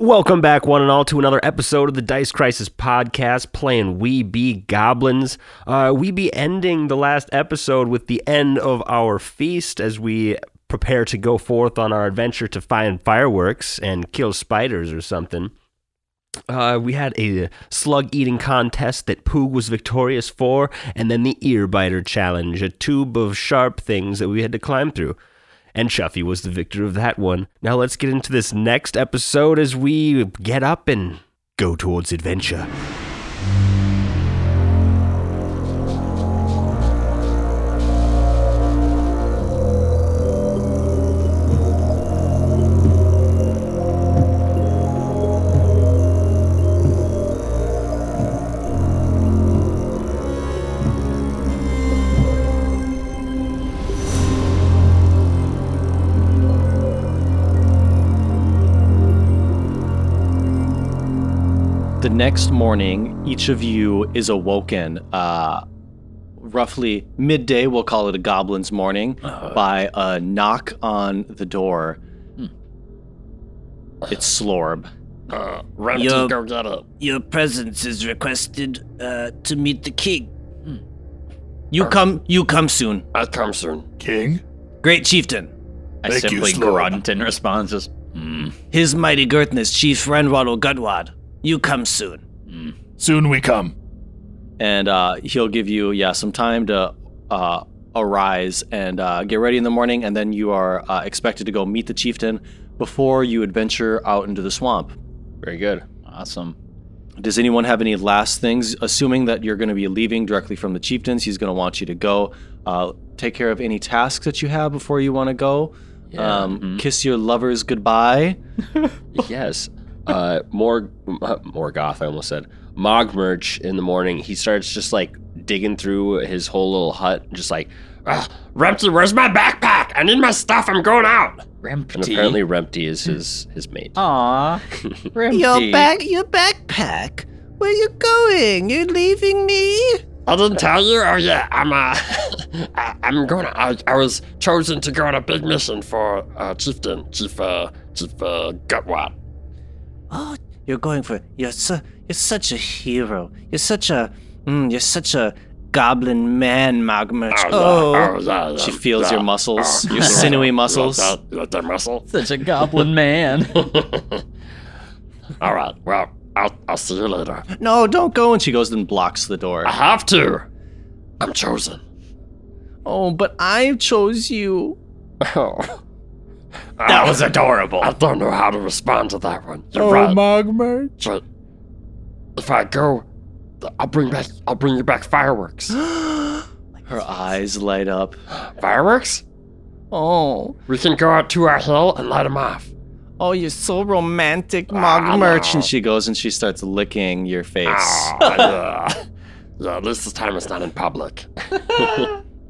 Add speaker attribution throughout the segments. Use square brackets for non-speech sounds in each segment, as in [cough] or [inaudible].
Speaker 1: Welcome back, one and all, to another episode of the Dice Crisis podcast, playing We Be Goblins. Uh, we be ending the last episode with the end of our feast as we prepare to go forth on our adventure to find fireworks and kill spiders or something. Uh, we had a slug eating contest that Poog was victorious for, and then the ear biter challenge, a tube of sharp things that we had to climb through. And Chuffy was the victor of that one. Now let's get into this next episode as we get up and go towards adventure.
Speaker 2: The next morning, each of you is awoken, uh, roughly midday, we'll call it a goblin's morning, by a knock on the door. It's Slorb.
Speaker 3: Uh,
Speaker 4: Your, your presence is requested uh, to meet the king. You come, you come soon,
Speaker 3: I come soon.
Speaker 5: King?
Speaker 4: great chieftain.
Speaker 2: I
Speaker 5: Thank you,
Speaker 2: simply
Speaker 5: Slorb.
Speaker 2: grunt in response, just
Speaker 4: His mighty girthness, Chief Ranwalo Gudwad. You come soon.
Speaker 5: Soon we come.
Speaker 2: and uh, he'll give you yeah some time to uh, arise and uh, get ready in the morning, and then you are uh, expected to go meet the chieftain before you adventure out into the swamp.
Speaker 3: Very good.
Speaker 6: Awesome.
Speaker 2: Does anyone have any last things? Assuming that you're going to be leaving directly from the chieftains, he's going to want you to go uh, take care of any tasks that you have before you want to go. um,
Speaker 6: mm-hmm.
Speaker 2: Kiss your lovers goodbye.
Speaker 3: yes. Uh, more, more goth. I almost said Mogmerch in the morning. He starts just like digging through his whole little hut, just like, "Ugh, Rempty, where's my backpack? I need my stuff. I'm going out. And
Speaker 6: Rempty.
Speaker 3: apparently, Rempty is his his mate.
Speaker 6: Aw. Rempty.
Speaker 4: your backpack. Where you going? You leaving me?
Speaker 3: I didn't tell you. Oh yeah, I'm uh, [laughs] I, I'm going. To, I, I was chosen to go on a big mission for uh, chieftain, chief, uh, chief uh, Gutwad.
Speaker 4: Oh, you're going for you're su- you're such a hero. You're such a mm, you're such a goblin man, Magmerch. Oh,
Speaker 2: She feels your muscles, your
Speaker 3: [laughs]
Speaker 2: sinewy muscles.
Speaker 3: Oh. that muscle.
Speaker 6: Such a goblin man.
Speaker 3: All right. Well, I'll I'll see you later.
Speaker 2: No, don't go. And she goes and blocks the
Speaker 6: [laughs]
Speaker 2: door.
Speaker 3: I have to. I'm chosen.
Speaker 2: Oh, but I chose you.
Speaker 3: Oh. [laughs] That was adorable. I don't know how to respond to that one. You're
Speaker 2: Oh,
Speaker 3: right. But if I go, I'll bring back I'll bring you back fireworks.
Speaker 2: Her eyes light up.
Speaker 3: fireworks?
Speaker 2: Oh,
Speaker 3: We can go out to our hill and light them off.
Speaker 2: oh, you're so romantic,
Speaker 3: Ah,
Speaker 2: Mogmerch.
Speaker 3: no.
Speaker 2: And she goes and she starts licking your face.
Speaker 3: Ah, yeah. yeah, at least this time it's not in public.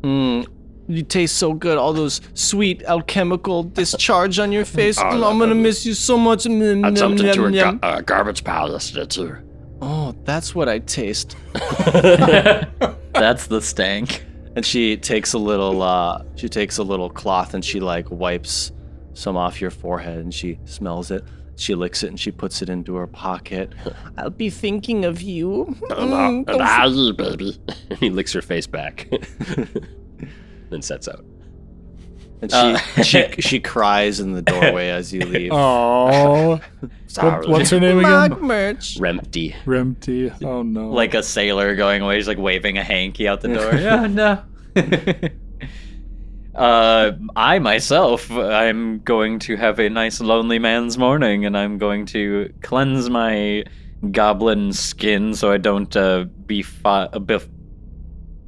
Speaker 2: Mm, you taste so good. All those sweet alchemical discharge on your face.
Speaker 3: Oh,
Speaker 2: Mm,
Speaker 3: that-
Speaker 2: I'm gonna miss you so much. Mm,
Speaker 3: I
Speaker 2: nom,
Speaker 3: jumped
Speaker 2: nom,
Speaker 3: into a
Speaker 2: nom.
Speaker 3: ga- uh, garbage pile yesterday too.
Speaker 2: Oh, that's what I taste.
Speaker 6: [laughs] That's the stank.
Speaker 2: And she takes a little. Uh, she takes a little cloth and she like wipes some off your forehead and she smells it. She licks it and she puts it into her pocket. I'll be thinking of you.
Speaker 3: And, I- and I you, baby. [laughs] he licks her face back. [laughs] then sets out.
Speaker 2: And she
Speaker 6: Uh.
Speaker 2: she she cries in the doorway as
Speaker 6: [laughs]
Speaker 2: you leave.
Speaker 5: Oh.
Speaker 3: Sorry.
Speaker 5: what's her name
Speaker 4: Um,
Speaker 5: again?
Speaker 2: merch.
Speaker 3: Rempty.
Speaker 5: Rempty. Oh, no.
Speaker 6: Like a sailor going away. He's like waving a hanky out the door. yeah, no. [laughs] uh, I myself, I'm going to have a nice lonely man's morning and I'm going to cleanse my goblin skin so I don't uh, befi- uh, bef-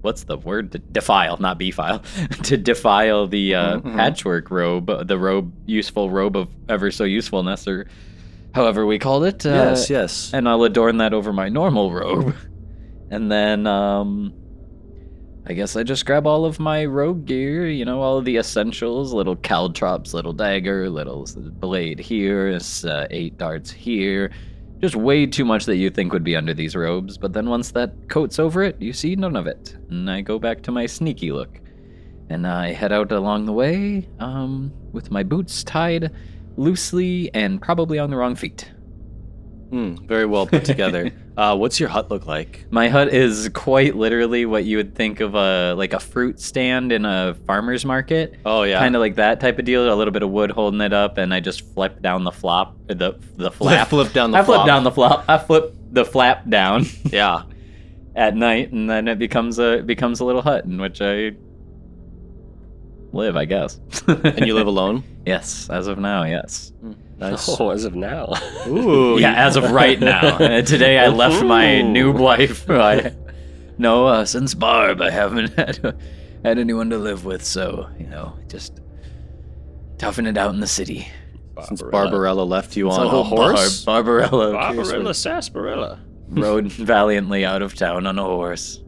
Speaker 6: What's the word? Defile, not befile. [laughs] to defile the uh,
Speaker 2: Mhm.
Speaker 6: patchwork robe, the robe, useful robe of ever so usefulness, or however we called it. Uh,
Speaker 2: Yes, yes.
Speaker 6: and I'll adorn that over my normal robe. And then, um, I guess I just grab all of my rogue gear, you know, all of the essentials little caltrops, little dagger, little s- blade here, s- uh, eight darts here. Just way too much that you think would be under these robes, but then once that coat's over it, you see none of it. And I go back to my sneaky look. And I head out along the way, um, with my boots tied loosely and probably on the wrong feet.
Speaker 2: Mm, very well put
Speaker 6: [laughs]
Speaker 2: together. uh, what's your hut look like?
Speaker 6: My hut is quite literally what you would think of a like a fruit stand in a farmer's market.
Speaker 2: Oh yeah,
Speaker 6: Kind of like that type of deal. A little bit of wood holding it up, and I just flip down the flop, the
Speaker 2: [laughs]
Speaker 6: the flap.
Speaker 2: flip down the
Speaker 6: I flip
Speaker 2: flop.
Speaker 6: down the flop. I flip the flap down [laughs]
Speaker 2: yeah.
Speaker 6: at night, and then it becomes a it becomes a little hut in which I live, I guess.
Speaker 2: And you live alone?
Speaker 6: [laughs] Oh, Yes, as of now, yes.
Speaker 2: Nice.
Speaker 3: Oh, [laughs] as of now.
Speaker 2: Ooh,
Speaker 6: yeah, as of right [laughs] now. Uh, Today I left my
Speaker 3: Ooh.
Speaker 6: new wife. [laughs] I, no, uh, since Barb, I haven't [laughs] had, had anyone to live with, so, you know, just toughing it out in the city.
Speaker 2: Since Barbarella left you on
Speaker 6: So
Speaker 2: a horse,
Speaker 6: Barb, [laughs] Barbarella
Speaker 3: Barbarella, sarsaparilla.
Speaker 6: rode valiantly out of town on a horse.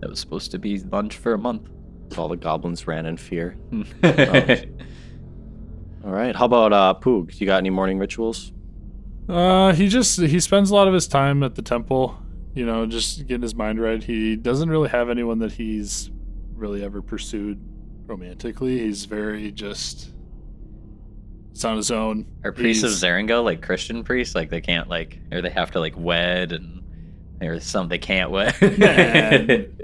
Speaker 6: That was supposed to be lunch for a [laughs] month. Uh,
Speaker 2: all the goblins ran in fear.
Speaker 6: I
Speaker 2: All right. How about uh, Poog? You got any morning rituals?
Speaker 5: Uh, he just he spends a lot of his time at the temple, you know, just getting his mind right. He doesn't really have anyone that he's really ever pursued romantically. He's very just it's on his own.
Speaker 6: Are priests
Speaker 5: He's-
Speaker 6: of Zaringo like Christian priests? Like they can't like, or they have to like wed and there's some they can't
Speaker 5: Nah.
Speaker 6: wed.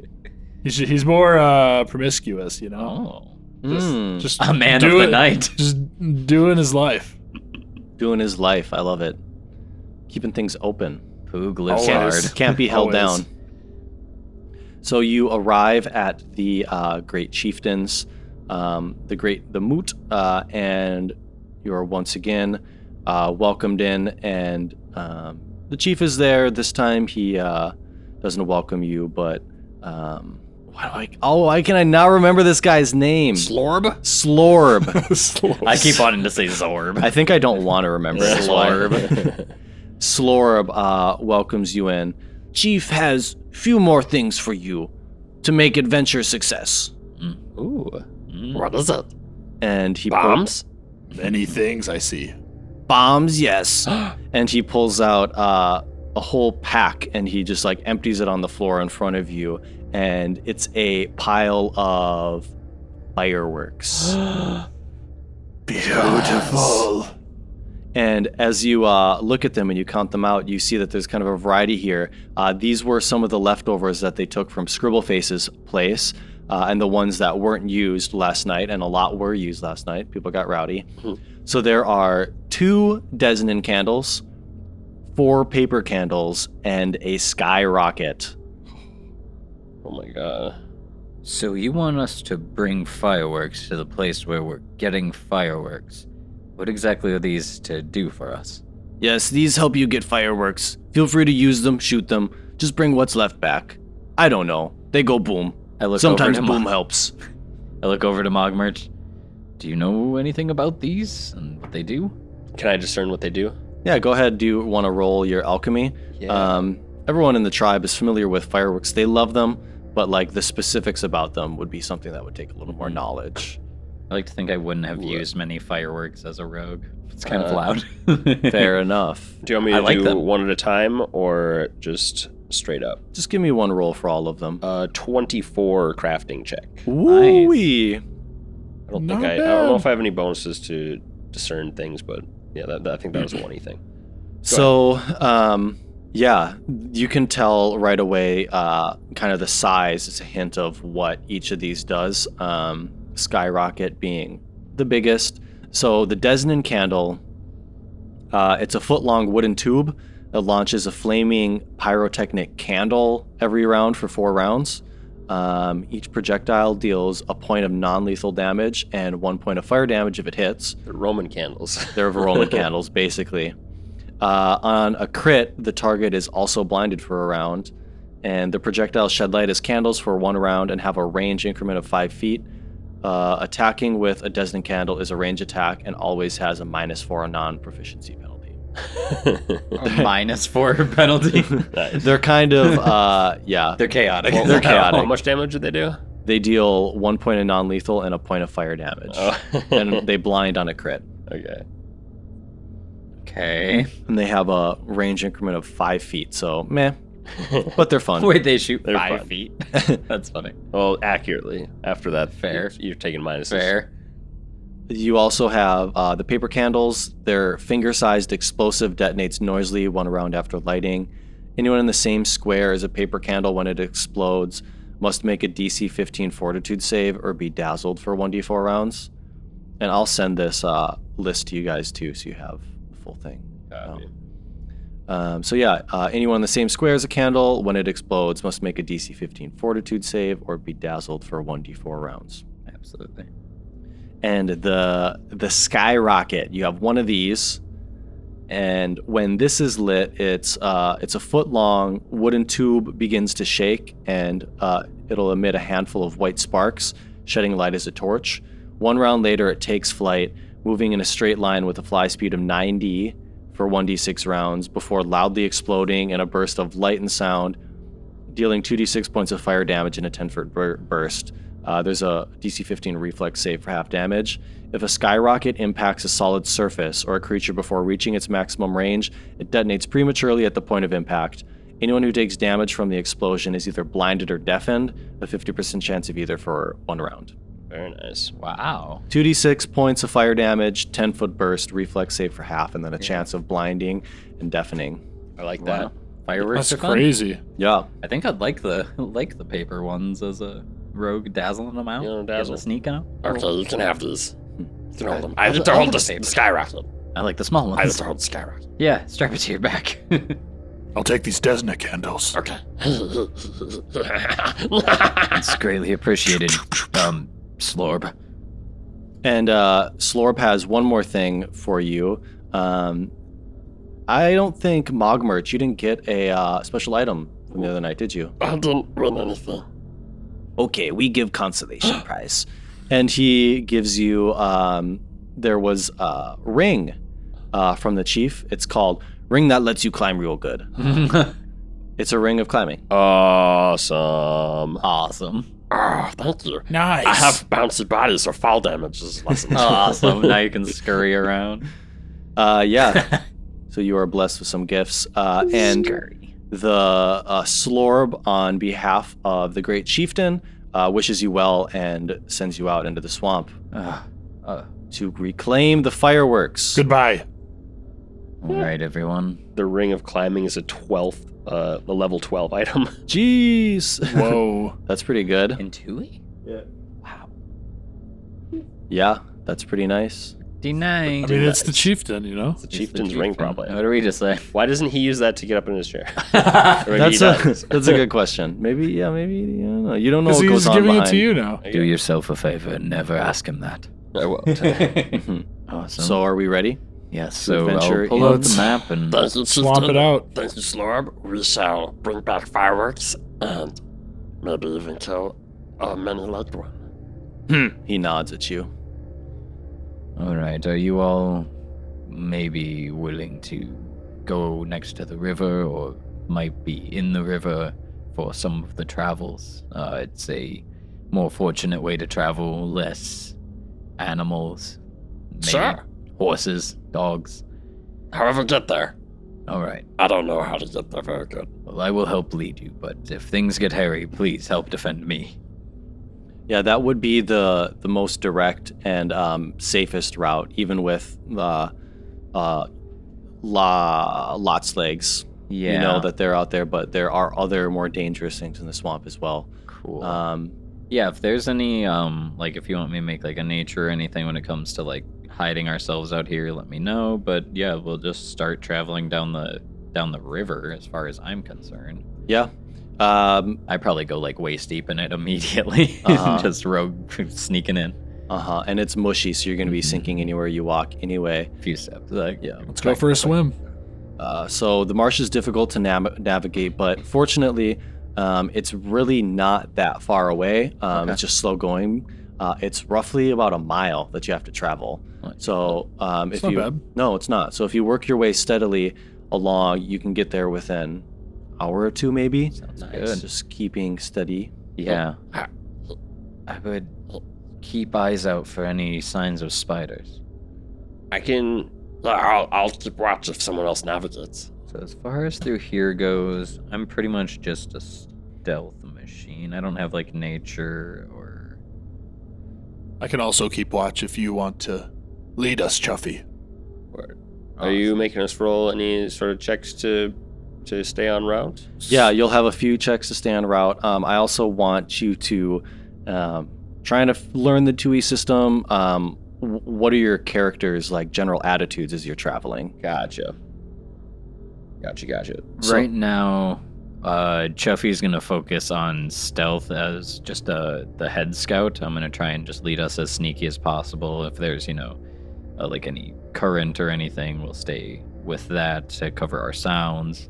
Speaker 5: He's, he's more uh, promiscuous, you know.
Speaker 6: [laughs] oh,
Speaker 5: Just-
Speaker 2: Mm,
Speaker 5: Just
Speaker 6: a man
Speaker 5: do
Speaker 6: of the
Speaker 5: it-
Speaker 6: night.
Speaker 5: Just doing his life.
Speaker 2: doing his life. I love it. Keeping things open.
Speaker 6: Poog lives
Speaker 5: Always.
Speaker 6: hard.
Speaker 2: Can't be held
Speaker 5: Always.
Speaker 2: down. So you arrive at the uh, great chieftains, um, the great the moot, uh, and you are once again uh, welcomed in. And um, the chief is there this time. He uh, doesn't welcome you, but um, why do I? Oh, why can I now remember this guy's name?
Speaker 5: [laughs]
Speaker 3: Slorb?
Speaker 2: Slorb.
Speaker 6: I keep wanting to say Zorb.
Speaker 2: I think I don't want to remember. it, so I-
Speaker 3: Slorb.
Speaker 2: Slorb uh, welcomes you in.
Speaker 4: Chief has few more things for you to make adventure success.
Speaker 3: Ooh. [laughs] What is it?
Speaker 2: and he pull-
Speaker 3: Bombs?
Speaker 5: Many things I see.
Speaker 4: Bombs, yes.
Speaker 2: and he pulls out uh, a whole pack and he just like empties it on the floor in front of you and it's a pile of fireworks
Speaker 5: Beautiful.
Speaker 2: and as you uh, look at them and you count them out you see that there's kind of a variety here uh, these were some of the leftovers that they took from scribbleface's place uh, and the ones that weren't used last night and a lot were used last night people got rowdy
Speaker 6: Mm-hmm.
Speaker 2: so there are two Desnan candles four paper candles and a skyrocket
Speaker 3: Oh my god.
Speaker 6: So you want us to bring fireworks to the place where we're getting fireworks? What exactly are these to do for us?
Speaker 4: Yes, these help you get fireworks. Feel free to use them, shoot them. Just bring what's left back. I don't know. They go boom.
Speaker 6: I look
Speaker 4: Sometimes
Speaker 6: over to
Speaker 4: boom
Speaker 6: Mog-
Speaker 4: helps.
Speaker 6: I look over to Mogmerch. Do you know anything about these and what they do?
Speaker 3: Can I discern what they do?
Speaker 2: yeah go ahead do you want to roll your alchemy um, everyone in the tribe is familiar with fireworks they love them but like the specifics about them would be something that would take a little more knowledge
Speaker 6: I like to think I wouldn't have
Speaker 3: Ooh.
Speaker 6: used many fireworks as a rogue. It's kind
Speaker 3: Uh,
Speaker 6: of
Speaker 3: [laughs]
Speaker 6: loud.
Speaker 2: fair enough
Speaker 3: Do you want me to
Speaker 6: I like
Speaker 3: do
Speaker 6: them.
Speaker 3: one at a time or just straight up?
Speaker 2: just give me one roll for all of them
Speaker 3: Uh, 24 crafting check.
Speaker 2: Ooh-wee.
Speaker 3: I don't
Speaker 5: Not
Speaker 3: think I, I don't
Speaker 5: bad.
Speaker 3: know if I have any bonuses to discern things, but yeah, that, that- I think that
Speaker 5: [clears throat]
Speaker 3: was a one thing.
Speaker 2: So, um, yeah, you can tell right away, uh, kind of the size. It's a hint of what each of these does. Um, skyrocket being the biggest. So the Desnan candle, uh, it's a foot-long wooden tube that launches a flaming pyrotechnic candle every round for four rounds. Um, each projectile deals a point of non-lethal damage and one point of fire damage if it hits.
Speaker 3: They're Roman
Speaker 5: [laughs]
Speaker 3: candles.
Speaker 2: They're
Speaker 6: [laughs]
Speaker 2: Varoma candles, basically. Uh, on a crit, the target is also blinded for a round, and the projectiles shed light as candles for one round and have a range increment of five feet. Uh, attacking with a Desnan candle is a range attack and always has a minus four non proficiency penalty.
Speaker 6: A minus four
Speaker 3: [laughs]
Speaker 6: penalty.
Speaker 3: nice.
Speaker 2: They're kind
Speaker 6: [laughs]
Speaker 2: of, uh, yeah,
Speaker 6: They're chaotic.
Speaker 2: Well,
Speaker 6: [laughs]
Speaker 2: they're chaotic.
Speaker 3: How much damage did they do?
Speaker 2: they deal one point of non lethal and a point of fire damage,
Speaker 3: Oh.
Speaker 2: [laughs] and they blind on a crit.
Speaker 3: okay.
Speaker 6: Okay.
Speaker 2: And they have a range increment of five feet, so
Speaker 3: [laughs]
Speaker 2: meh, but they're fun.
Speaker 6: Wait, they shoot
Speaker 3: They're
Speaker 6: five
Speaker 3: fun. [laughs]
Speaker 6: feet. That's funny.
Speaker 3: Well, accurately. After that,
Speaker 6: Fair.
Speaker 3: you're, you're taking minuses.
Speaker 6: Fair.
Speaker 2: You also have uh, the paper candles. Their finger sized explosive detonates noisily one round after lighting. Anyone in the same square as a paper candle when it explodes must make a DC 15 fortitude save or be dazzled for 1d4 rounds. And I'll send this uh, list to you guys too so you have the full thing.
Speaker 3: Copy.
Speaker 2: Um, so yeah, uh, anyone in the same square as a candle when it explodes must make a DC 15 Fortitude save or be dazzled for 1d4 rounds.
Speaker 6: Absolutely.
Speaker 2: And the the skyrocket, you have one of these, and when this is lit, it's uh, it's a foot long wooden tube begins to shake, and uh, it'll emit a handful of white sparks, shedding light as a torch. One round later, it takes flight, moving in a straight line with a fly speed of 90 for 1d6 rounds before loudly exploding in a burst of light and sound, dealing 2d6 points of fire damage in a 10 foot bur- burst. Uh, there's a DC 15 reflex save for half damage. If a skyrocket impacts a solid surface or a creature before reaching its maximum range, it detonates prematurely at the point of impact. Anyone who takes damage from the explosion is either blinded or deafened, a 50% chance of either for one round.
Speaker 3: Very nice.
Speaker 6: Wow.
Speaker 2: 2d6 points of fire damage, 10 foot burst, reflex save for half, and then a chance of blinding and deafening.
Speaker 3: I like
Speaker 6: Wow.
Speaker 3: that.
Speaker 6: Fireworks
Speaker 5: That's
Speaker 6: are fun.
Speaker 5: crazy.
Speaker 2: Yeah.
Speaker 6: I think I'd like the [laughs] like the paper ones as a rogue dazzling them out.
Speaker 3: You know,
Speaker 6: getting
Speaker 3: dazzle.
Speaker 6: a sneak on 'em.
Speaker 3: Okay, you can have these. You can hold them.
Speaker 6: I
Speaker 3: I
Speaker 6: just
Speaker 3: just to
Speaker 6: hold
Speaker 3: hold
Speaker 6: the
Speaker 3: the,
Speaker 6: paper.
Speaker 3: the skyrocket.
Speaker 6: I like the small
Speaker 3: I just
Speaker 6: ones.
Speaker 3: to hold the skyrocket.
Speaker 6: Yeah, strap it to your back. [laughs]
Speaker 5: I'll take these Desna candles.
Speaker 3: Okay. [laughs]
Speaker 6: it's greatly appreciated. Um, Slorb.
Speaker 2: And uh, Slorp has one more thing for you. Um, I don't think Mogmerch, you didn't get a uh, special item from the other night, did you?
Speaker 3: I didn't win anything.
Speaker 2: Okay, we give consolation [gasps] prize. And he gives you um, there was a ring uh, from the chief. It's called Ring That Lets You Climb Real Good. It's a ring of climbing.
Speaker 3: Awesome. [laughs]
Speaker 6: awesome.
Speaker 3: Oh, thank you.
Speaker 5: Nice.
Speaker 3: I have bouncy bodies, so fall damage is lessened.
Speaker 6: Uh, Awesome. now
Speaker 3: [laughs]
Speaker 6: you can scurry around.
Speaker 2: Uh, yeah. so you are blessed with some gifts. Uh, and
Speaker 6: scurry.
Speaker 2: the uh, slorb on behalf of the great chieftain uh, wishes you well and sends you out into the swamp
Speaker 6: Uh, uh,
Speaker 2: to reclaim the fireworks.
Speaker 5: Goodbye.
Speaker 6: all right, everyone.
Speaker 3: the ring of climbing is a 12th, uh, a level 12 item. [laughs]
Speaker 2: Jeez.
Speaker 5: Whoa. [laughs]
Speaker 2: that's pretty good.
Speaker 6: Intui?
Speaker 2: Yeah, that's pretty nice.
Speaker 6: Deny.
Speaker 5: I mean, it's the chieftain, you know?
Speaker 3: It's the chieftain's ring, probably.
Speaker 6: What do we
Speaker 3: [laughs]
Speaker 6: just say?
Speaker 3: Why doesn't he use that to get up in his chair? Or maybe he
Speaker 2: That's a,
Speaker 3: does.
Speaker 2: that's a good question. Maybe, yeah, maybe, you don't know. You don't know
Speaker 5: Because
Speaker 2: what
Speaker 5: he's
Speaker 2: goes on
Speaker 5: giving
Speaker 2: behind.
Speaker 5: it to you now.
Speaker 6: Do yourself a favor and never ask him that.
Speaker 3: I won't.
Speaker 2: [laughs]
Speaker 6: Awesome.
Speaker 2: So are we ready?
Speaker 6: yes, so
Speaker 2: adventure
Speaker 6: I'll pull out
Speaker 5: in-
Speaker 6: the map and
Speaker 3: Thank you,
Speaker 5: Swamp
Speaker 3: Chieftain.
Speaker 5: it out.
Speaker 3: Thank you, Slorb. We shall bring back fireworks and maybe even kill a uh, many legged one.
Speaker 2: He nods at you.
Speaker 6: All right, are you all maybe willing to go next to the river or might be in the river for some of the travels? Uh, it's a more fortunate way to travel, less animals, maybe
Speaker 3: Sure.
Speaker 6: horses, dogs.
Speaker 3: However, get there.
Speaker 6: All right.
Speaker 3: I don't know how to get there very good.
Speaker 6: Well, I will help lead you, but if things get hairy, please help defend me.
Speaker 2: Yeah, that would be the the most direct and um, safest route, even with the uh, la lot's legs.
Speaker 6: Yeah.
Speaker 2: You know that they're out there, but there are other more dangerous things in the swamp as well.
Speaker 6: cool.
Speaker 2: Um,
Speaker 6: Yeah, if there's any um like if you want me to make like a nature or anything when it comes to like hiding ourselves out here, let me know. But yeah, we'll just start traveling down the down the river as far as I'm concerned.
Speaker 2: yeah, um,
Speaker 6: I probably go like waist deep in it [laughs] immediately.
Speaker 2: Uh-huh.
Speaker 6: just rogue [laughs] sneaking in
Speaker 2: uh huh. And it's mushy, so you're gonna
Speaker 6: Mm-hmm.
Speaker 2: be sinking anywhere you walk anyway.
Speaker 6: a few steps. Like
Speaker 2: Yeah.
Speaker 5: Let's go for a swim.
Speaker 2: Uh, so the marsh is difficult to nav- navigate, but fortunately, um, it's really not that far away. Um, It's just slow going. Uh, it's roughly about a mile that you have to travel.
Speaker 6: Nice.
Speaker 2: So um,
Speaker 5: It's
Speaker 2: if
Speaker 5: not
Speaker 2: you
Speaker 5: bad.
Speaker 2: no, it's not. So if you work your way steadily along, you can get there within hour or two, maybe.
Speaker 6: sounds
Speaker 2: It's
Speaker 6: good.
Speaker 2: Just keeping steady.
Speaker 6: Yeah.
Speaker 3: Ah.
Speaker 6: I would keep eyes out for any signs of spiders.
Speaker 3: I can. I'll, I'll keep watch if someone else navigates.
Speaker 6: So as far as through here goes, I'm pretty much just a stealth machine. I don't have like nature or
Speaker 5: I can also keep watch if you want to lead us, Chuffy.
Speaker 3: Are you making us roll any sort of checks to to stay on route?
Speaker 2: Yeah, you'll have a few checks to stay on route. Um, I also want you to um, trying to f- learn the 2e system. Um, w- what are your characters like general attitudes as you're traveling?
Speaker 3: Gotcha. Gotcha, gotcha.
Speaker 6: right now, uh, Chuffy's gonna focus on stealth as just uh the head scout. I'm gonna try and just lead us as sneaky as possible. If there's you know, uh, like any current or anything, we'll stay with that to cover our sounds.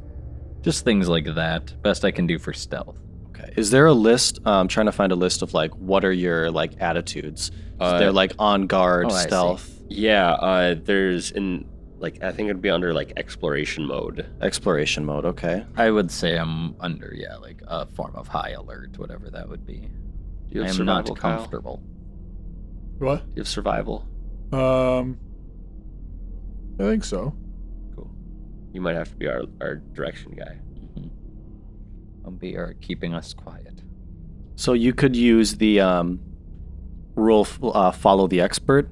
Speaker 6: Just things like that. Best I can do for stealth.
Speaker 2: Okay. Is there a list? Um, trying to find a list of like what are your like attitudes?
Speaker 3: Uh,
Speaker 2: They're like on guard,
Speaker 6: oh, I see.
Speaker 2: stealth,
Speaker 3: Yeah, uh, there's in like I think it'd be under like exploration mode.
Speaker 2: exploration mode. Okay.
Speaker 6: I would say I'm under yeah, like a form of high alert, whatever that would be.
Speaker 3: You
Speaker 6: I
Speaker 3: have
Speaker 6: am not
Speaker 3: survival, Kyle?
Speaker 6: comfortable.
Speaker 5: What?
Speaker 3: You have survival.
Speaker 5: Um, I think so.
Speaker 3: You might have to be our, our direction guy.
Speaker 6: I'll be are keeping us quiet.
Speaker 2: So you could use the um, rule f- uh, follow the expert.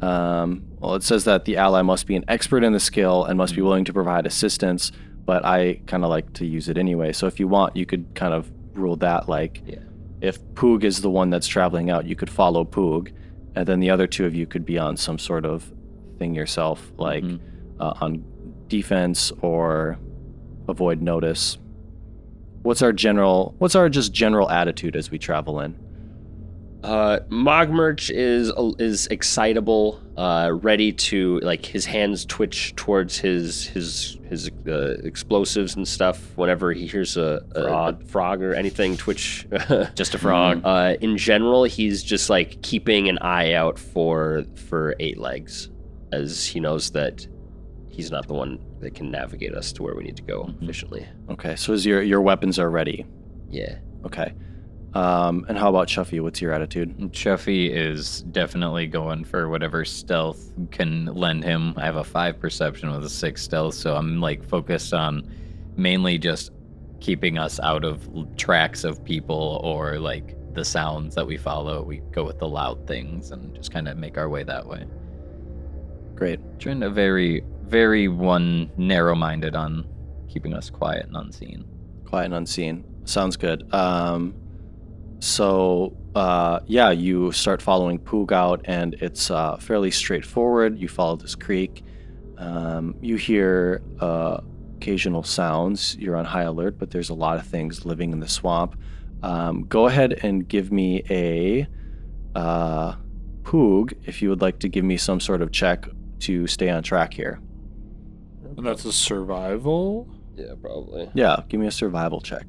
Speaker 2: Um, well, it says that the ally must be an expert in the skill and must be willing to provide assistance, but I kind of like to use it anyway. So if you want, you could kind of rule that like
Speaker 6: Yeah.
Speaker 2: if Poog is the one that's traveling out, you could follow Poog, and then the other two of you could be on some sort of thing yourself, like
Speaker 6: Mhm.
Speaker 2: uh, on defense or avoid notice. What's our general? What's our just general attitude as we travel in?
Speaker 3: Uh, Mogmerch is uh, is excitable, uh, ready to like his hands twitch towards his his his uh, explosives and stuff whenever he hears a, a, a frog or anything twitch. [laughs]
Speaker 2: Just a frog.
Speaker 3: uh, in general, he's just like keeping an eye out for for eight legs, as he knows that he's not the one that can navigate us to where we need to go
Speaker 2: Mm-hmm.
Speaker 3: efficiently.
Speaker 2: Okay, so is your your weapons are ready?
Speaker 3: Yeah.
Speaker 2: Okay. Um, and how about Chuffy? What's your attitude?
Speaker 6: Chuffy is definitely going for whatever stealth can lend him. I have a five perception with a six stealth, so I'm like focused on mainly just keeping us out of l- tracks of people or like the sounds that we follow. We go with the loud things and just kind of make our way that way.
Speaker 2: Great.
Speaker 6: Trying to very, very one narrow minded on keeping us quiet and unseen.
Speaker 2: quiet and unseen sounds good um so uh yeah you start following poog out and it's uh fairly straightforward you follow this creek um you hear uh occasional sounds you're on high alert but there's a lot of things living in the swamp um go ahead and give me a uh poog if you would like to give me some sort of check to stay on track here
Speaker 5: And that's a survival.
Speaker 3: Yeah, probably.
Speaker 2: yeah give me a survival check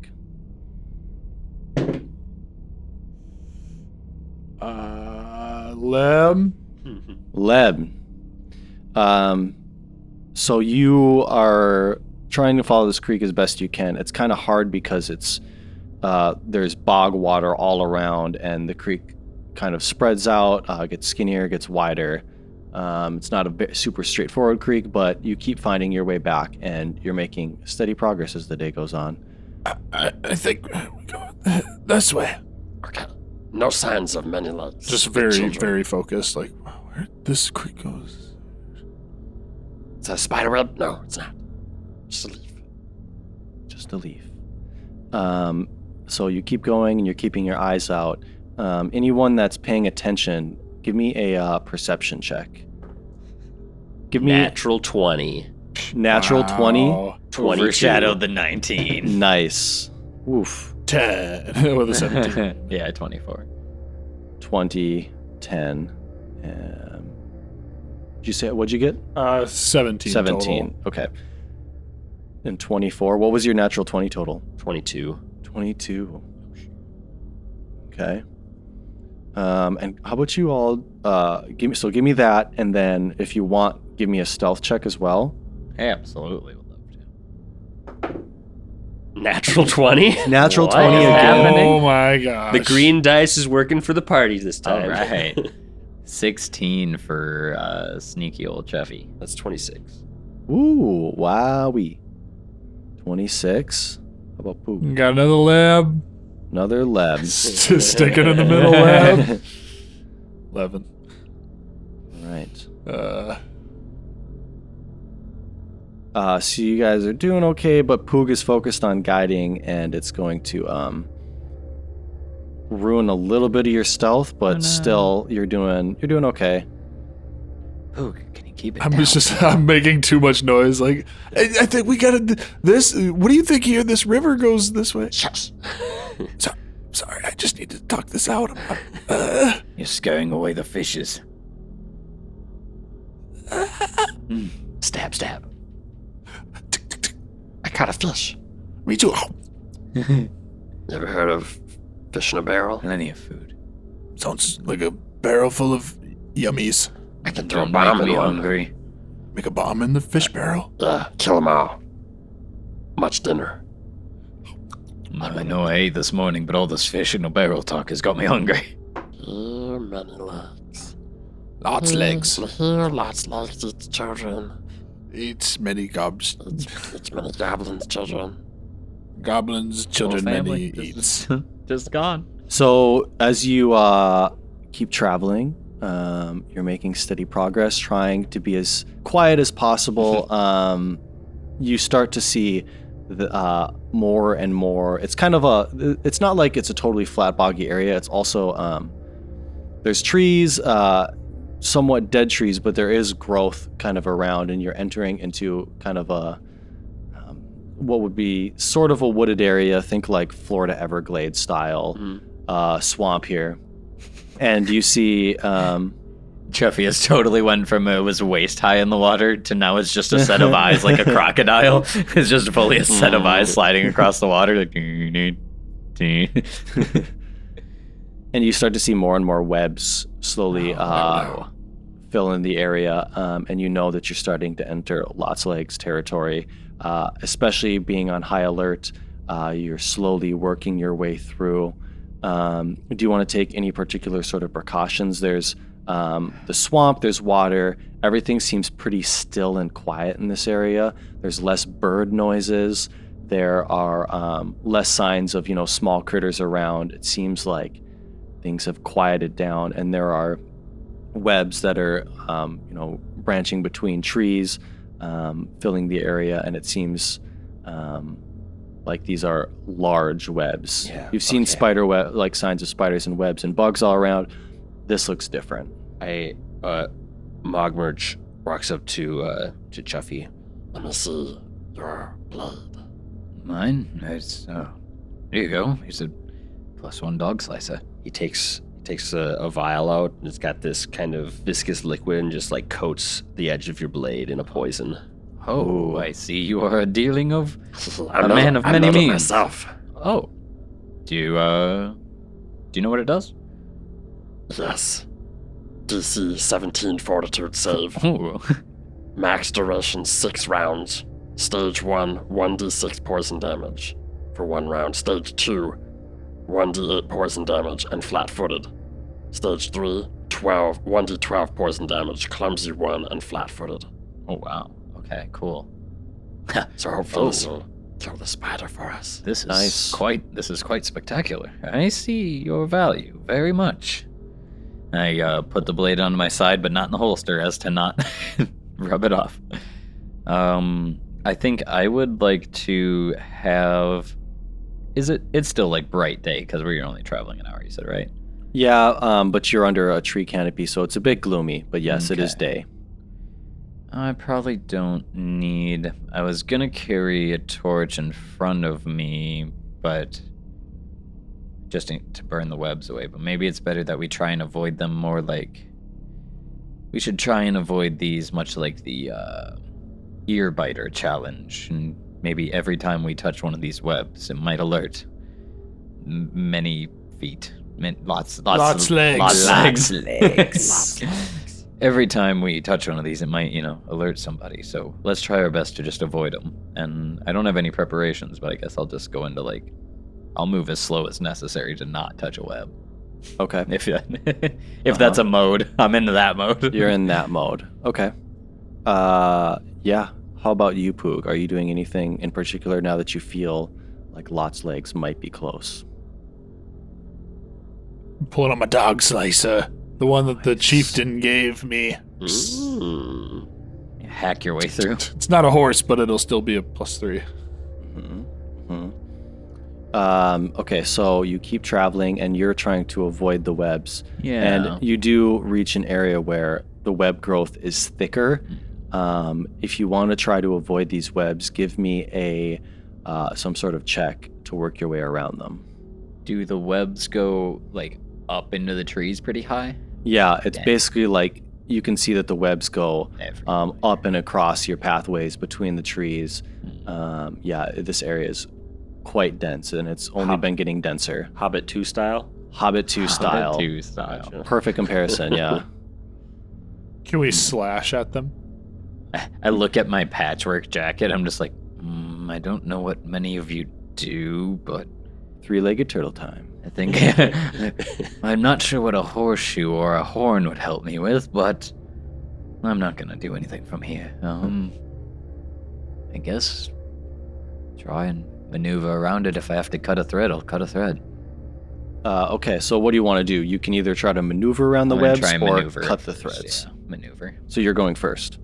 Speaker 5: Uh, Lem. Hmm.
Speaker 2: Leb. Um, so you are trying to follow this creek as best you can. It's kind of hard because it's uh, there's bog water all around, and the creek kind of spreads out, uh, gets skinnier, gets wider. Um, it's not a bit super straightforward creek, but you keep finding your way back, and you're making steady progress as the day goes on.
Speaker 5: I, I think we go this way.
Speaker 3: No signs of many legs.
Speaker 5: Just very, very focused. Like where this creek goes.
Speaker 3: It's a spider web? No, it's not. Just a leaf.
Speaker 2: just a leaf. Um, so you keep going and you're keeping your eyes out. Um, anyone that's paying attention, give me a uh, perception check. Give me
Speaker 3: Natural 20.
Speaker 2: natural 20.
Speaker 5: Wow.
Speaker 3: 20.
Speaker 6: the 19.
Speaker 2: Nice. Oof.
Speaker 5: ten [laughs] with a seventeen.
Speaker 3: [laughs]
Speaker 6: yeah, 24.
Speaker 2: 20, 10. Um, did you say, what'd you get?
Speaker 5: Uh, seventeen.
Speaker 2: 17.
Speaker 5: total.
Speaker 2: Okay. And 24. What was your natural 20 total?
Speaker 3: 22.
Speaker 2: 22. Okay. Um, and how about you all? Uh, give me so give me that, and then if you want, give me a stealth check as well.
Speaker 6: Absolutely would love to.
Speaker 3: Natural 20?
Speaker 2: Natural
Speaker 3: What
Speaker 2: twenty
Speaker 3: is
Speaker 2: again.
Speaker 5: Oh
Speaker 3: happening?
Speaker 5: my
Speaker 3: [laughs]
Speaker 5: god.
Speaker 3: The green dice is working for the party this time.
Speaker 6: All right. 16 for uh, sneaky old Chuffy.
Speaker 3: [laughs] That's 26.
Speaker 2: Ooh, wowee. Twenty six. How about
Speaker 3: Mm.
Speaker 2: poop?
Speaker 5: Got another lab.
Speaker 3: [laughs]
Speaker 5: [laughs]
Speaker 2: Another lab. [laughs]
Speaker 5: Just stick it in the middle lab. Eleven.
Speaker 2: Right.
Speaker 5: Uh,
Speaker 2: Uh, so you guys are doing okay, but Poog is focused on guiding, and it's going to um, ruin a little bit of your stealth, but
Speaker 6: no.
Speaker 2: still you're doing you're doing okay.
Speaker 6: Who can you keep it?
Speaker 5: I'm
Speaker 6: down?
Speaker 5: just [laughs] I'm making too much noise. Like I, I think we gotta d- this. What do you think here? This river goes this way.
Speaker 3: Shush. [laughs]
Speaker 5: Sorry, I just need to talk this out. I'm- I'm- uh,
Speaker 6: You're scaring away the fishes. Mm.
Speaker 3: Stab, stab. I caught a fish.
Speaker 5: me too. Oh,
Speaker 3: Never heard of fish in a barrel?
Speaker 6: Plenty of food.
Speaker 5: sounds like a barrel full of yummies.
Speaker 3: I can throw a
Speaker 6: Don't
Speaker 3: bomb
Speaker 6: make
Speaker 3: in
Speaker 6: me
Speaker 3: one.
Speaker 6: hungry.
Speaker 5: Make a bomb in the fish barrel.
Speaker 3: Uh, kill 'em all. Much dinner.
Speaker 6: I know I ate this morning, but all this fish in a barrel talk has got me hungry. [laughs]
Speaker 3: Here, many legs.
Speaker 5: Lots
Speaker 3: Here-
Speaker 5: legs.
Speaker 3: Here, lots legs. It's children.
Speaker 5: Eats many gobs.
Speaker 3: It's, it's many goblins, children.
Speaker 5: Goblins, children, many eats.
Speaker 6: Just gone.
Speaker 2: So as you uh, keep traveling, um, you're making steady progress, trying to be as quiet as possible. um, you start to see the, uh, more and more. It's kind of a. It's not like it's a totally flat, boggy area. It's also um, there's trees, uh, somewhat dead trees, but there is growth kind of around, and you're entering into kind of a um, what would be sort of a wooded area. Think like Florida Everglades style uh, swamp here, and you see. Um,
Speaker 6: Chuffy has totally went from it was waist high in the water to now it's just a set [laughs] of eyes like a [laughs] crocodile. It's just fully a set of eyes sliding across the water. Like, dee, dee, dee.
Speaker 2: and you start to see more and more webs slowly
Speaker 6: Oh,
Speaker 2: uh,
Speaker 6: no.
Speaker 2: fill in the area, um, and you know that you're starting to enter Lots Legs territory. Uh, especially being on high alert, uh, you're slowly working your way through. Um, do you want to take any particular sort of precautions? There's um, the swamp, there's water. Everything seems pretty still and quiet in this area. There's less bird noises. There are um, less signs of you know small critters around. It seems like things have quieted down, and there are webs that are um, you know branching between trees, um, filling the area, and it seems um, like these are large webs.
Speaker 3: Yeah,
Speaker 2: You've seen
Speaker 3: okay.
Speaker 2: spider web like signs of spiders and webs and bugs all around. This looks different.
Speaker 3: I, uh, Mogmerch walks up to, uh, to Chuffy. Let me see your blade.
Speaker 6: [laughs]
Speaker 3: [laughs]
Speaker 6: Mine? It's, oh. Here you go. It's a plus one dog slicer.
Speaker 3: He takes takes a, a vial out and it's got this kind of viscous liquid and just like coats the edge of your blade in a poison.
Speaker 6: Oh, I see you are a dealing of.
Speaker 3: I'm
Speaker 6: A
Speaker 3: not-
Speaker 6: man of
Speaker 3: I'm
Speaker 6: many
Speaker 3: not a
Speaker 6: means.
Speaker 3: Myself.
Speaker 6: Oh. Do you, uh. Do you know what it does? [laughs]
Speaker 3: Yes. DC 17 Fortitude save.
Speaker 6: Oh.
Speaker 3: Max duration six rounds. Stage one, 1d6 poison damage for one round. Stage two, 1d8 poison damage and flat footed. Stage three, 12, 1d12 poison damage, clumsy one and flat footed.
Speaker 6: Oh, wow. Okay, cool.
Speaker 3: So hopefully this will kill the spider for us.
Speaker 6: This is
Speaker 2: Nice.
Speaker 6: quite this is quite spectacular. I see your value very much. I uh, put the blade on my side, but not in the holster, as to not [laughs] rub it off. Um, I think I would like to have. Is it? It's still like bright day because we're only traveling an hour. You said right?
Speaker 2: Yeah, um, but you're under a tree canopy, so it's a bit gloomy. But yes, it is day.
Speaker 6: I probably don't need. I was gonna carry a torch in front of me, but just in- to burn the webs away. But maybe it's better that we try and avoid them more. Like we should try and avoid these, much like the uh, ear biter challenge. And maybe every time we touch one of these webs, it might alert m- many feet, min- lots, lots,
Speaker 5: Lots
Speaker 6: of,
Speaker 5: legs.
Speaker 6: lots [laughs]
Speaker 5: Lots
Speaker 6: legs. Every time we touch one of these, it might, you know, alert somebody. So let's try our best to just avoid them. And I don't have any preparations, but I guess I'll just go into like, I'll move as slow as necessary to not touch a web.
Speaker 2: Okay,
Speaker 6: If [laughs] if
Speaker 5: Uh-huh.
Speaker 6: that's a mode, I'm into that mode. [laughs]
Speaker 2: you're in that mode. Okay. Uh, yeah. How about you, Poog? Are you doing anything in particular now that you feel like Lot's legs might be close?
Speaker 5: Pulling out my dog slicer. The one that the chieftain gave me.
Speaker 3: Mm.
Speaker 6: Hack your way through.
Speaker 5: It's not a horse, but it'll still be a plus three.
Speaker 2: Mm-hmm. Um, okay, so you keep traveling and you're trying to avoid the webs.
Speaker 6: Yeah.
Speaker 2: And you do reach an area where the web growth is thicker. Um, if you want to try to avoid these webs, give me a uh, some sort of check to work your way around them.
Speaker 6: do the webs go like up into the trees pretty high?
Speaker 2: Yeah, it's
Speaker 6: Dang.
Speaker 2: basically like you can see that the webs go
Speaker 6: Every-
Speaker 2: um, up and across your pathways between the trees.
Speaker 6: Hmm. [laughs]
Speaker 2: Um, yeah, this area is quite dense and it's only
Speaker 3: Huh.
Speaker 2: been getting denser.
Speaker 3: Hobbit 2 style?
Speaker 2: Hobbit 2 style.
Speaker 6: Two style.
Speaker 2: Perfect comparison,
Speaker 6: [laughs]
Speaker 2: yeah.
Speaker 5: Can we slash at them?
Speaker 6: I look at my patchwork jacket. I'm just like, mm, I don't know what many of you do, but
Speaker 2: Three legged turtle time.
Speaker 6: I think [laughs] I'm not sure what a horseshoe or a horn would help me with, but I'm not gonna do anything from here. Um, I guess try and maneuver around it. If I have to cut a thread, I'll cut a thread.
Speaker 2: Uh, okay, so what do you want to do? You can either try to maneuver around the
Speaker 6: I'm gonna
Speaker 2: webs
Speaker 6: try and
Speaker 2: or
Speaker 6: maneuver
Speaker 2: cut the
Speaker 6: first,
Speaker 2: threads.
Speaker 6: yeah, maneuver.
Speaker 2: So you're going first.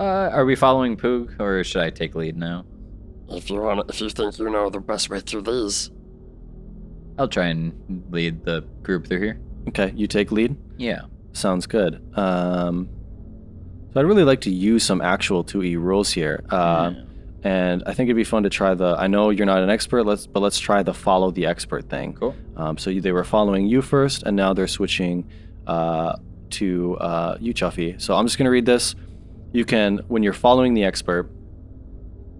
Speaker 6: Uh, are we following Poog, or should I take lead now?
Speaker 3: If you want, if you think you know the best way through these,
Speaker 6: I'll try and lead the group through here.
Speaker 2: Okay, you take lead.
Speaker 6: Yeah.
Speaker 2: Sounds good. Um, so I'd really like to use some actual 2E rules here. Uh,
Speaker 6: Mm-hmm.
Speaker 2: And I think it'd be fun to try the. I know you're not an expert, let's but let's try the follow the expert thing.
Speaker 6: Cool.
Speaker 2: Um, so you, they were following you first, and now they're switching uh, to uh, you, Chuffy. So I'm just going to read this. You can, when you're following the expert,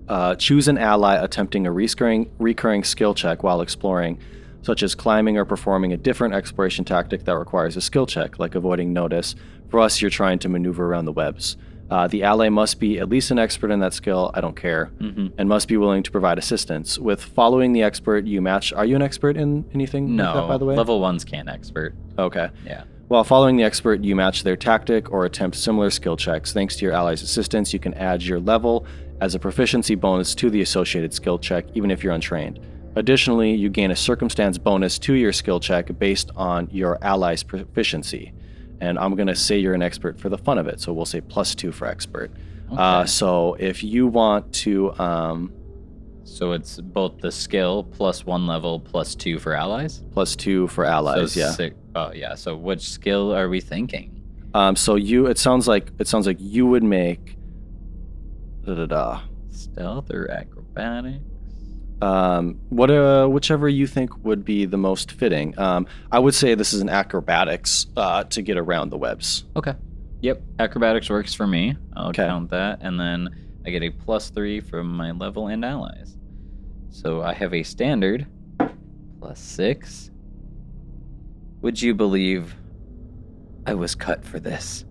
Speaker 2: uh, choose an ally attempting a recurring, recurring skill check while exploring, such as climbing or performing a different exploration tactic that requires a skill check, like avoiding notice. For us, you're trying to maneuver around the webs. Uh, the ally must be at least an expert in that skill. I don't care,
Speaker 6: Mm-hmm.
Speaker 2: and must be willing to provide assistance. With following the expert, you match. Are you an expert in anything? like
Speaker 6: No.
Speaker 2: that, by the way,
Speaker 6: Level one's can expert.
Speaker 2: Okay.
Speaker 6: Yeah.
Speaker 2: While following the expert, you match their tactic or attempt similar skill checks. Thanks to your ally's assistance, you can add your level as a proficiency bonus to the associated skill check, even if you're untrained. Additionally, you gain a circumstance bonus to your skill check based on your ally's proficiency. And I'm going to say you're an expert for the fun of it, so we'll say plus two for expert. Uh, so if you want to. Um,
Speaker 6: So it's both the skill plus one level plus two for allies.
Speaker 2: Plus two for allies,
Speaker 6: so
Speaker 2: yeah.
Speaker 6: Six, oh yeah. So which skill are we thinking?
Speaker 2: Um, so you, it sounds like it sounds like you would make. Da da da.
Speaker 6: Stealth or acrobatic?
Speaker 2: um, what uh, whichever you think would be the most fitting. Um, I would say this is an acrobatics uh, to get around the webs.
Speaker 6: Okay. Yep. Acrobatics works for me. I'll
Speaker 2: 'Kay.
Speaker 6: count that, and then I get a plus three from my level and allies. So I have a standard plus six. Would you believe I was cut for this?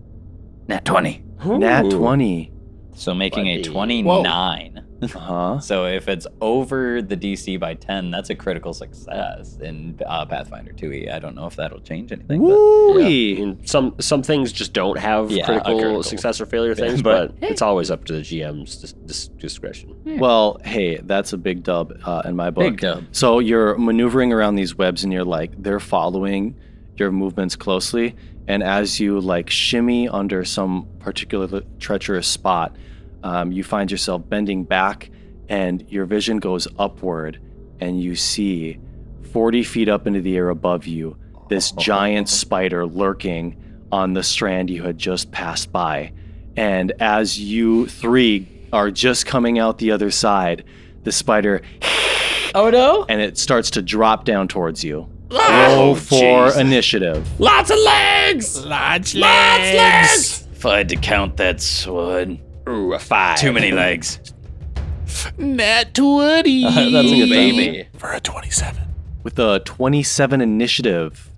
Speaker 6: Nat twenty.
Speaker 2: Nat twenty.
Speaker 6: So making a
Speaker 3: Bloody-
Speaker 6: twenty-nine.
Speaker 2: Huh?
Speaker 6: So if it's over the DC by 10, that's a critical success in uh, Pathfinder 2e. I don't know if that'll change anything.
Speaker 3: Yeah. And some some things just don't have
Speaker 6: Yeah, a
Speaker 3: critical,
Speaker 6: critical.
Speaker 3: success or failure things,
Speaker 6: But-
Speaker 3: but, it's always up to the GM's dis- dis- discretion.
Speaker 2: Well, hey, that's a big dub uh, in my
Speaker 6: But
Speaker 2: book.
Speaker 6: big dub.
Speaker 2: So you're maneuvering around these webs, and you're like they're following your movements closely. And as you like shimmy under some particular treacherous spot, um, you find yourself bending back, and your vision goes upward, and you see 40 feet up into the air above you this giant spider lurking on the strand you had just passed by. And as you three are just coming out the other side, the spider
Speaker 6: Oh no!
Speaker 2: and it starts to drop down towards you. Roll for initiative.
Speaker 3: Lots of legs!
Speaker 6: Large
Speaker 3: legs!
Speaker 6: If I had to count that sword.
Speaker 3: Ooh, a five.
Speaker 6: Too many legs.
Speaker 5: Nat 20!
Speaker 6: That's a good baby.
Speaker 5: For a 27.
Speaker 2: With a 27 initiative,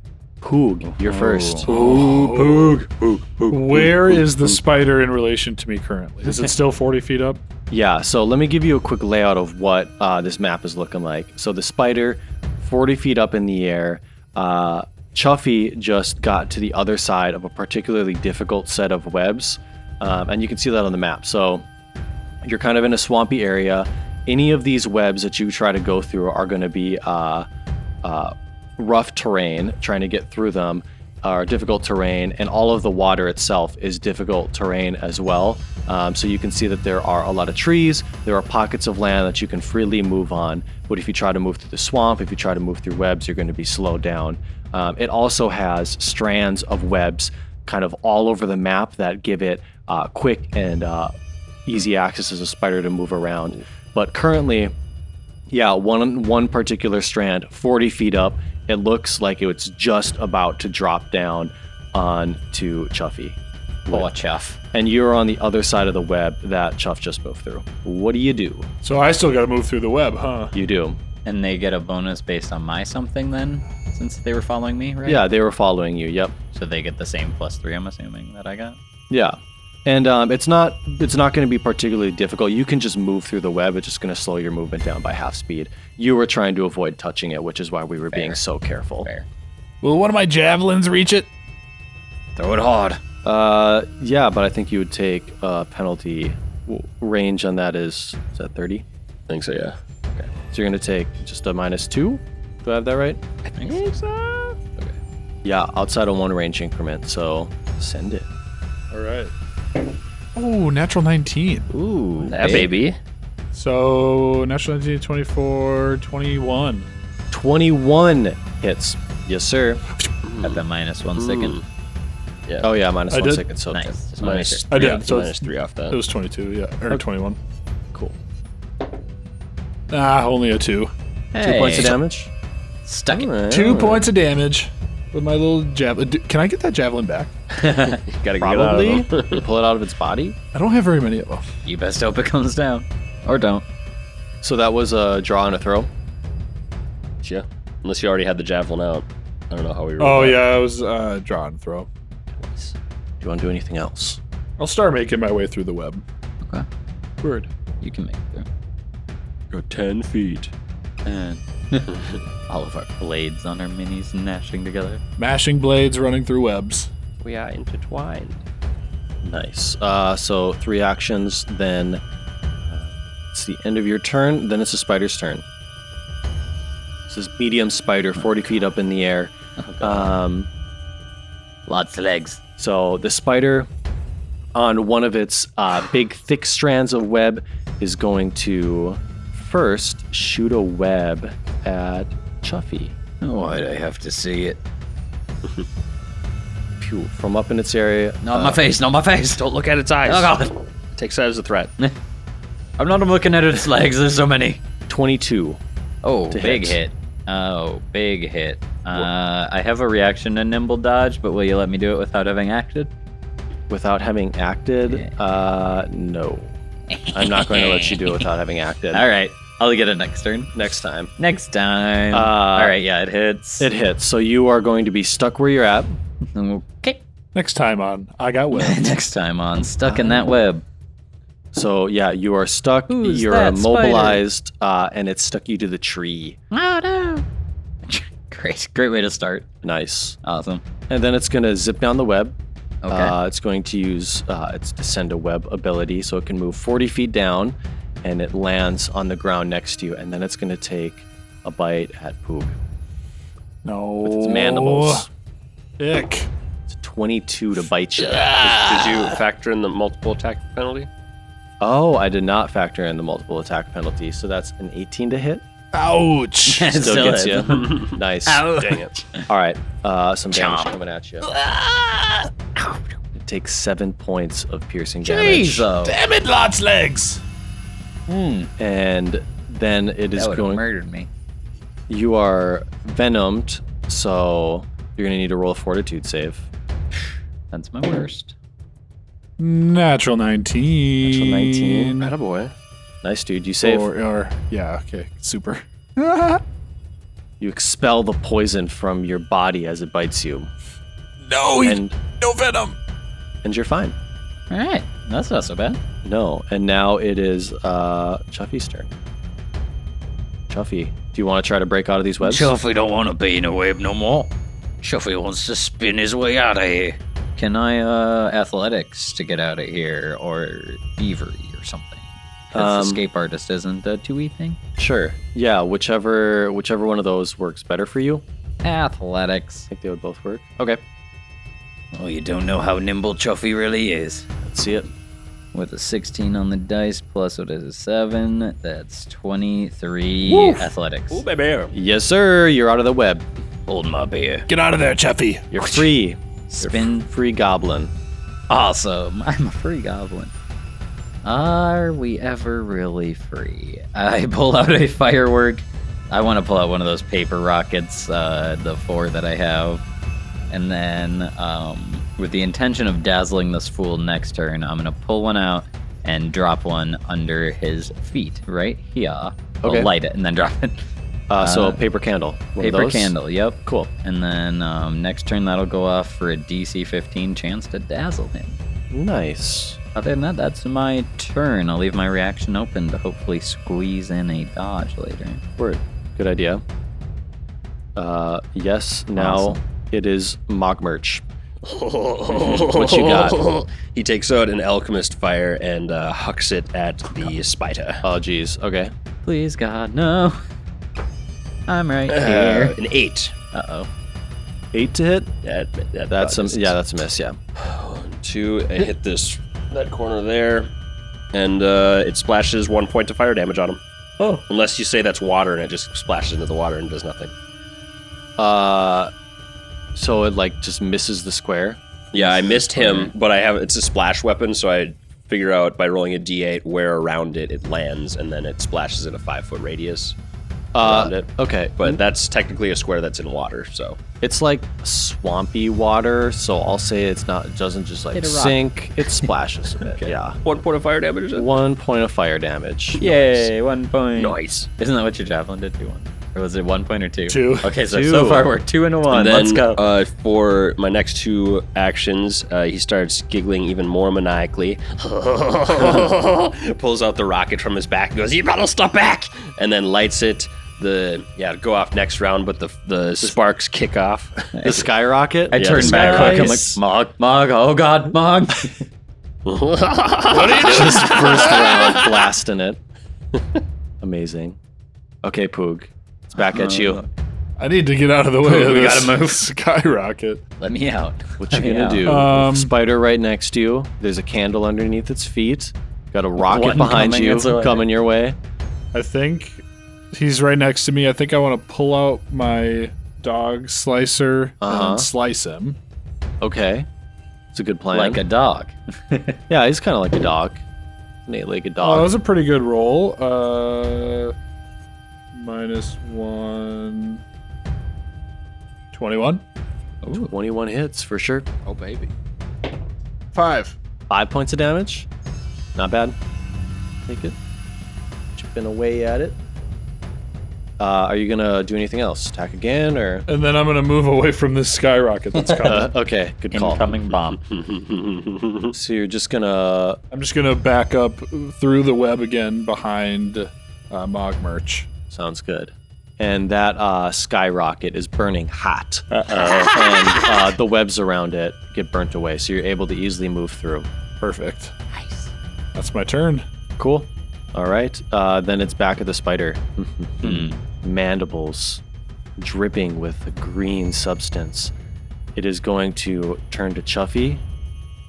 Speaker 2: Poog, you're first.
Speaker 5: Oh. Where is the spider in relation to me currently? Is it still 40 feet up?
Speaker 2: Yeah, so let me give you a quick layout of what uh, this map is looking like. So the spider, 40 feet up in the air. Uh, Chuffy just got to the other side of a particularly difficult set of webs, um, and you can see that on the map. So you're kind of in a swampy area. Any of these webs that you try to go through are going to be uh, uh, rough terrain trying to get through them. are difficult terrain, and all of the water itself is difficult terrain as well. Um, so you can see that there are a lot of trees, there are pockets of land that you can freely move on. But if you try to move through the swamp, if you try to move through webs, you're going to be slowed down. Um, it also has strands of webs kind of all over the map that give it uh, quick and uh, easy access as a spider to move around. But currently, yeah, one one particular strand, 40 feet up, it looks like it's just about to drop down on to Chuffy.
Speaker 6: Poor Oh, Chuff.
Speaker 2: And you're on the other side of the web that Chuff just moved through. What do you do?
Speaker 5: So I still got to move through the web, huh?
Speaker 2: You do.
Speaker 6: And they get a bonus based on my something then, since they were following me, right?
Speaker 2: Yeah, they were following you. Yep.
Speaker 6: So they get the same plus three, I'm assuming, that I got.
Speaker 2: Yeah. And um, it's not it's not going to be particularly difficult. You can just move through the web. It's just going to slow your movement down by half speed. You were trying to avoid touching it, which is why we were being so careful.
Speaker 6: Fair.
Speaker 5: Will one of my javelins reach it?
Speaker 3: Throw it hard.
Speaker 2: Uh, yeah, but I think you would take a penalty. W- range on that is is that 30?
Speaker 3: I think so, yeah.
Speaker 2: So you're gonna take just a minus two. Do I have that right?
Speaker 6: I think so.
Speaker 2: Yeah, outside of one range increment. So send it.
Speaker 5: All right. Oh, natural 19.
Speaker 2: Ooh,
Speaker 3: That baby.
Speaker 5: So, natural 19, 24, 21.
Speaker 2: 21 hits. Yes, sir.
Speaker 6: At the minus one second.
Speaker 2: Oh yeah, minus
Speaker 5: I
Speaker 2: one
Speaker 5: did.
Speaker 2: second. So
Speaker 6: Nice. Just wanna make
Speaker 3: Minus,
Speaker 6: sure.
Speaker 5: I did,
Speaker 3: yeah,
Speaker 5: so
Speaker 3: minus
Speaker 5: it's-
Speaker 3: three off
Speaker 5: It
Speaker 3: that.
Speaker 5: was 22, yeah. Or 21.
Speaker 2: cool.
Speaker 5: Ah, only a two.
Speaker 2: Two points
Speaker 6: Hey,
Speaker 2: of damage.
Speaker 6: Stuck it.
Speaker 5: Two points of damage with my little javelin. Do- Can I get that javelin back?
Speaker 3: Gotta
Speaker 2: Probably.
Speaker 3: get out of
Speaker 2: You pull it out of its body.
Speaker 5: I don't have very many of them.
Speaker 6: You best hope it comes down. Or don't.
Speaker 2: So that was a draw and a throw.
Speaker 3: yeah. Unless you already had the javelin out. I don't know how we were.
Speaker 5: Oh, yeah, I was uh, draw and throw.
Speaker 2: Do you want to do anything else?
Speaker 5: I'll start making my way through the web.
Speaker 6: Okay.
Speaker 5: Word.
Speaker 6: You can make it through.
Speaker 3: Go 10 feet.
Speaker 6: And [laughs] all of our blades on our minis gnashing together.
Speaker 5: Mashing blades running through webs.
Speaker 3: We are intertwined.
Speaker 2: Nice. Uh, so three actions. Then uh, it's the end of your turn. Then it's a spider's turn. This is medium spider, 40 feet up in the air. Um,
Speaker 6: Lots of legs.
Speaker 2: So the spider, on one of its uh, big thick strands of web, is going to first shoot a web at Chuffy.
Speaker 6: Why'd I have to see it?
Speaker 2: Pew, from up in its area. uh,
Speaker 6: Not my face, not my face.
Speaker 3: Don't look at its eyes.
Speaker 6: Oh god.
Speaker 3: Takes that as a threat.
Speaker 6: I'm not looking at its legs, there's so many.
Speaker 2: 22.
Speaker 6: Oh,
Speaker 2: To
Speaker 6: big
Speaker 2: hit.
Speaker 6: hit. Oh, big hit. Uh, I have a reaction to nimble dodge, but will you let me do it without having acted?
Speaker 2: Without having acted, uh, no. I'm not going to let you do it without having acted.
Speaker 6: [laughs] All right, I'll get it next turn.
Speaker 2: Next time.
Speaker 6: Next time.
Speaker 2: Uh,
Speaker 6: All right, yeah, it hits.
Speaker 2: It hits. So you are going to be stuck where you're at.
Speaker 6: Okay. [laughs]
Speaker 5: Next time on I Got [laughs] Web.
Speaker 6: Next time on stuck in
Speaker 2: Uh,
Speaker 6: that web.
Speaker 2: So yeah, you are stuck.
Speaker 6: Who's
Speaker 2: you're
Speaker 6: that spider?
Speaker 2: immobilized, uh, and it's stuck you to the tree.
Speaker 6: Oh no. [laughs] great, great way to start.
Speaker 2: Nice.
Speaker 6: Awesome.
Speaker 2: And then it's going to zip down the web.
Speaker 6: Okay.
Speaker 2: Uh, it's going to use uh, its descend a web ability, so it can move 40 feet down, and it lands on the ground next to you, and then it's going to take a bite at Poog
Speaker 5: No.
Speaker 2: with its mandibles.
Speaker 5: Ick.
Speaker 2: It's 22 to bite you.
Speaker 3: Did you
Speaker 1: Ah.
Speaker 3: factor in the multiple attack penalty?
Speaker 2: Oh, I did not factor in the multiple attack penalty, so that's an 18 to hit.
Speaker 5: Ouch.
Speaker 6: It
Speaker 2: Still,
Speaker 6: [laughs] still
Speaker 2: gets
Speaker 6: hits.
Speaker 2: you. nice.
Speaker 3: Dang it.
Speaker 2: All right, uh, some damage coming at you. It takes seven points of piercing damage,
Speaker 6: Jesus.
Speaker 5: Damn it, Lot's legs.
Speaker 2: and then it is
Speaker 6: That would have
Speaker 2: going.
Speaker 6: murdered me.
Speaker 2: You are venomed, so you're gonna need to roll a fortitude save.
Speaker 6: That's my worst.
Speaker 5: Natural 19.
Speaker 2: Natural 19.
Speaker 3: boy.
Speaker 2: Nice, dude. You save.
Speaker 5: Or, or, yeah, okay. Super.
Speaker 2: You expel the poison from your body as it bites you,
Speaker 5: No, he-
Speaker 2: and
Speaker 5: no venom.
Speaker 2: and you're fine.
Speaker 6: All right, that's not so bad.
Speaker 2: No, and now it is uh, Chuffy's turn. Chuffy, do you want to try to break out of these webs?
Speaker 7: Chuffy don't want to be in a web no more. Chuffy wants to spin his way out of here.
Speaker 6: Can I uh athletics to get out of here or thievery or something? That's
Speaker 2: Um,
Speaker 6: escape artist isn't a two E thing.
Speaker 2: Sure. Yeah, whichever whichever one of those works better for you.
Speaker 6: Athletics.
Speaker 2: I think they would both work. Okay.
Speaker 8: Oh, you don't know how nimble Chuffy really is.
Speaker 2: Let's see it.
Speaker 6: With a 16 on the dice, plus what is it, 7? That's 23 athletics.
Speaker 9: Ooh, baby.
Speaker 2: Yes, sir. You're out of the web.
Speaker 8: Hold my beer.
Speaker 5: Get out of there, Chuffy.
Speaker 2: You're free.
Speaker 6: Spin.
Speaker 2: Free goblin.
Speaker 6: Awesome. [laughs] I'm a free goblin. Are we ever really free? I [laughs] pull out a firework. I want to pull out one of those paper rockets, uh, the four that I have. And then, um, with the intention of dazzling this fool next turn, I'm going to pull one out and drop one under his feet right here.
Speaker 2: Okay.
Speaker 6: I'll light it and then [laughs] drop it.
Speaker 2: Uh, so
Speaker 6: Uh,
Speaker 2: a paper candle. One of
Speaker 6: Paper
Speaker 2: those.
Speaker 6: candle, yep.
Speaker 2: Cool.
Speaker 6: And then um, next turn, that'll go off for a DC 15 chance to dazzle him.
Speaker 2: Nice.
Speaker 6: Other than that, that's my turn. I'll leave my reaction open to hopefully squeeze in a dodge later.
Speaker 2: Word. Good idea. Uh, yes. Now
Speaker 6: Awesome.
Speaker 2: it is mock merch.
Speaker 1: what [laughs]
Speaker 2: you got?
Speaker 1: He takes out an alchemist fire and uh, hucks it at the spider.
Speaker 2: Oh, geez. Okay.
Speaker 6: Please, God, no. I'm right
Speaker 1: Uh,
Speaker 6: here.
Speaker 1: an eight.
Speaker 6: Uh oh.
Speaker 2: Eight to hit.
Speaker 1: That, that
Speaker 2: That's a,
Speaker 1: misses.
Speaker 2: yeah. That's a miss. Yeah.
Speaker 1: Two. I hit this that corner there, and uh, it splashes one point of fire damage on him.
Speaker 2: Oh.
Speaker 1: Unless you say that's water and it just splashes into the water and does nothing.
Speaker 2: Uh, so it like just misses the square.
Speaker 1: Yeah, I missed him, but I have it's a splash weapon, so I figure out by rolling a d8 where around it it lands, and then it splashes in a five foot radius
Speaker 2: Uh,
Speaker 1: around it.
Speaker 2: Okay.
Speaker 1: But that's technically a square that's in water, so
Speaker 2: It's like swampy water, so I'll say it's not. It doesn't just like
Speaker 6: Hit a rock.
Speaker 2: sink. It splashes [laughs] a bit. Yeah.
Speaker 1: one point of fire damage.
Speaker 2: One point of fire damage.
Speaker 6: Yay, one point.
Speaker 1: Nice.
Speaker 6: Isn't that what your javelin did? Two one. Or was it one point or two?
Speaker 5: Two.
Speaker 6: Okay, so
Speaker 2: Two.
Speaker 6: so far we're two and a one.
Speaker 1: And then,
Speaker 6: Let's go.
Speaker 1: Uh, for my next two actions, uh, he starts giggling even more maniacally. [laughs] Pulls out the rocket from his back and goes, "You better step back!" And then lights it. The yeah, it'll go off next round, but the the sparks kick [laughs] off.
Speaker 2: The skyrocket.
Speaker 6: I
Speaker 1: yeah,
Speaker 6: turn
Speaker 1: this guy
Speaker 6: back quick. I'm
Speaker 2: [laughs]
Speaker 6: like,
Speaker 2: is-
Speaker 6: Mog, Mog, oh God, Mog. [laughs]
Speaker 2: Just first round blasting it. [laughs] Amazing. Okay, Poog. It's back at you.
Speaker 5: I need to get out of the way of
Speaker 6: We
Speaker 5: this
Speaker 6: gotta move.
Speaker 5: [laughs] skyrocket.
Speaker 6: Let me out.
Speaker 2: What you gonna do?
Speaker 5: Um,
Speaker 2: Spider right next to you. There's a candle underneath its feet. Got a rocket
Speaker 6: One
Speaker 2: behind
Speaker 6: coming
Speaker 2: you,
Speaker 6: its way.
Speaker 2: coming your way.
Speaker 5: I think he's right next to me. I think I want to pull out my dog slicer
Speaker 2: Uh-huh.
Speaker 5: and slice him.
Speaker 2: Okay, it's a good plan.
Speaker 6: Like a dog.
Speaker 2: [laughs] yeah, he's kind of like a dog, an eight-legged
Speaker 5: Oh, that
Speaker 2: dog.
Speaker 5: was a pretty good roll. Uh, minus one. 21?
Speaker 2: Twenty-one hits for sure.
Speaker 1: oh baby.
Speaker 5: Five.
Speaker 2: Five points of damage. Not bad. Take it. Chipping away at it. Uh, are you gonna do anything else? Attack again or?
Speaker 5: And then I'm going to move away from this skyrocket that's
Speaker 2: Uh,
Speaker 5: coming.
Speaker 2: okay, good call.
Speaker 6: Incoming [laughs] bomb.
Speaker 2: So you're just gonna
Speaker 5: I'm just going to back up through the web again behind uh, Mog Merch.
Speaker 2: Sounds good. And that uh, skyrocket is burning hot. and uh, the webs around it get burnt away, so you're able to easily move through.
Speaker 5: Perfect. Nice. That's my turn.
Speaker 2: Cool. All right. Uh, then it's back at the spider.
Speaker 6: Hmm.
Speaker 2: Mandibles dripping with a green substance. It is going to turn to Chuffy,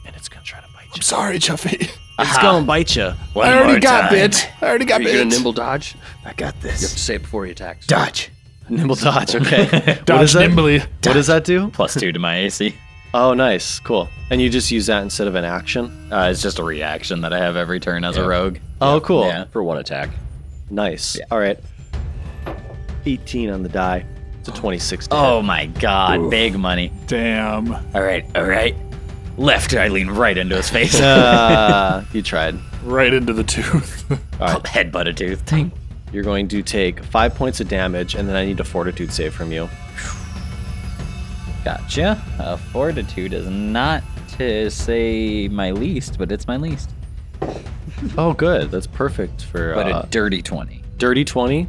Speaker 2: and it's going to try to bite you.
Speaker 5: Sorry, Chuffy.
Speaker 2: [laughs] It's going to bite you.
Speaker 1: One more time.
Speaker 5: I already got
Speaker 1: Are you gonna nimble dodge? I got this. You have to say it before he attacks.
Speaker 2: Dodge. Nimble dodge.
Speaker 6: [laughs]
Speaker 2: Okay.
Speaker 5: Dodge nimbly.
Speaker 2: what does that do?
Speaker 6: Plus two to my AC.
Speaker 2: Oh, nice. Cool. And you just use that instead of an action.
Speaker 6: Uh, it's just a reaction that I have every turn as a rogue.
Speaker 2: Oh, cool.
Speaker 6: Yeah.
Speaker 1: for one attack.
Speaker 2: Nice. All right. 18 on the die. It's a 26. to hit.
Speaker 6: Oh my god, big money.
Speaker 5: Damn.
Speaker 6: All right, all right. Left, I lean right into his
Speaker 2: [laughs]
Speaker 6: face. [laughs]
Speaker 2: Uh, you tried.
Speaker 5: Right into the tooth.
Speaker 6: Headbutt a tooth. Ding.
Speaker 2: You're going to take five points of damage, and then I need a fortitude save from you.
Speaker 6: Gotcha. Uh, fortitude is not to say my least, but it's my least.
Speaker 2: Oh, good. That's perfect for
Speaker 6: But
Speaker 2: uh,
Speaker 6: a dirty 20.
Speaker 2: dirty 20.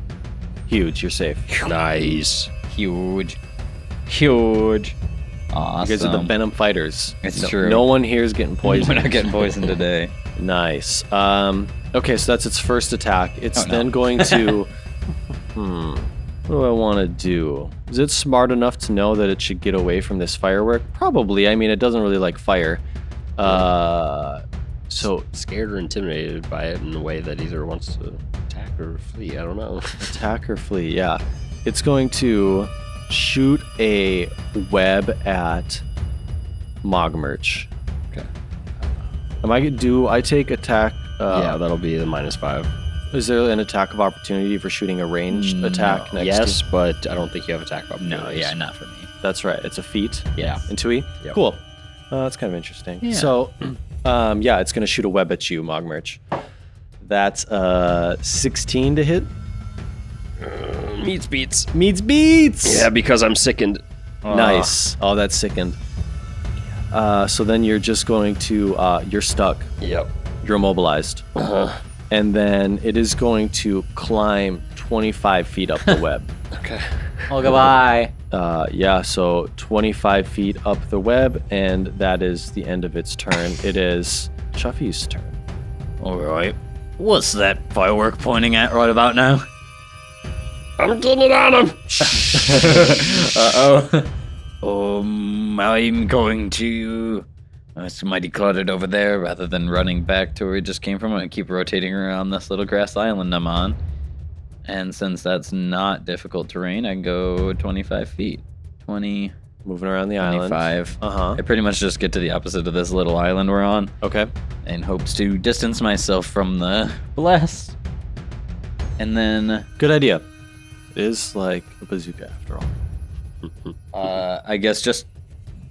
Speaker 2: Huge. You're safe.
Speaker 1: Nice.
Speaker 6: Huge. [laughs] Huge. Awesome.
Speaker 2: You guys are the Venom fighters.
Speaker 6: It's
Speaker 2: no,
Speaker 6: true.
Speaker 2: No one here is getting
Speaker 6: [laughs] We're
Speaker 2: poisoned.
Speaker 6: not getting poisoned today.
Speaker 2: [laughs] nice. Um, okay, so that's its first attack. It's
Speaker 6: [laughs] Oh, no.
Speaker 2: then going to. hmm. What do I want to do? Is it smart enough to know that it should get away from this firework? Probably. I mean, it doesn't really like fire. Uh, so
Speaker 3: Scared or intimidated by it in a way that either wants to attack or flee. I don't know.
Speaker 2: attack or flee. Yeah, it's going to shoot a web at Mogmerch.
Speaker 3: Okay.
Speaker 2: Am I do I take attack?
Speaker 3: [laughs] yeah,
Speaker 2: Uh,
Speaker 3: that'll be the minus five.
Speaker 2: Is there an attack of opportunity for shooting a ranged attack next?
Speaker 3: Mm, yes,
Speaker 2: to-
Speaker 3: but I don't think you have attack opportunities.
Speaker 6: No, yeah, not for me.
Speaker 2: that's right. It's a feat.
Speaker 6: Yeah.
Speaker 2: Intui.
Speaker 3: Yep.
Speaker 2: Cool. Uh, that's kind of interesting.
Speaker 6: Yeah.
Speaker 2: So, um, yeah, it's gonna shoot a web at you, Mogmerch. That's uh 16 to hit.
Speaker 3: Meets beats.
Speaker 2: Meets beats.
Speaker 3: Yeah, because I'm sickened.
Speaker 2: Nice. Oh, that's sickened. Uh, so then you're just going to uh, you're stuck.
Speaker 3: Yep.
Speaker 2: You're immobilized. And then it is going to climb 25 feet up the web.
Speaker 3: Okay.
Speaker 6: Oh, goodbye.
Speaker 2: Uh, yeah, so 25 feet up the web, and that is the end of its turn. It is Chuffy's turn.
Speaker 7: All right. What's that firework pointing at right about now?
Speaker 3: I'm getting it on him.
Speaker 6: Oh. [laughs]
Speaker 7: Um, I'm going to.
Speaker 6: Oh, it's mighty cluttered over there. Rather than running back to where we just came from, I'm gonna keep rotating around this little grass island I'm on. And since that's not difficult terrain, I can go 25 feet. 20,
Speaker 2: Moving around the island.
Speaker 6: 25.
Speaker 2: Uh huh.
Speaker 6: I pretty much just get to the opposite of this little island we're on
Speaker 2: Okay.
Speaker 6: in hopes to distance myself from the blast. And then
Speaker 2: Good idea. It is like a bazooka after all.
Speaker 6: Uh, I guess just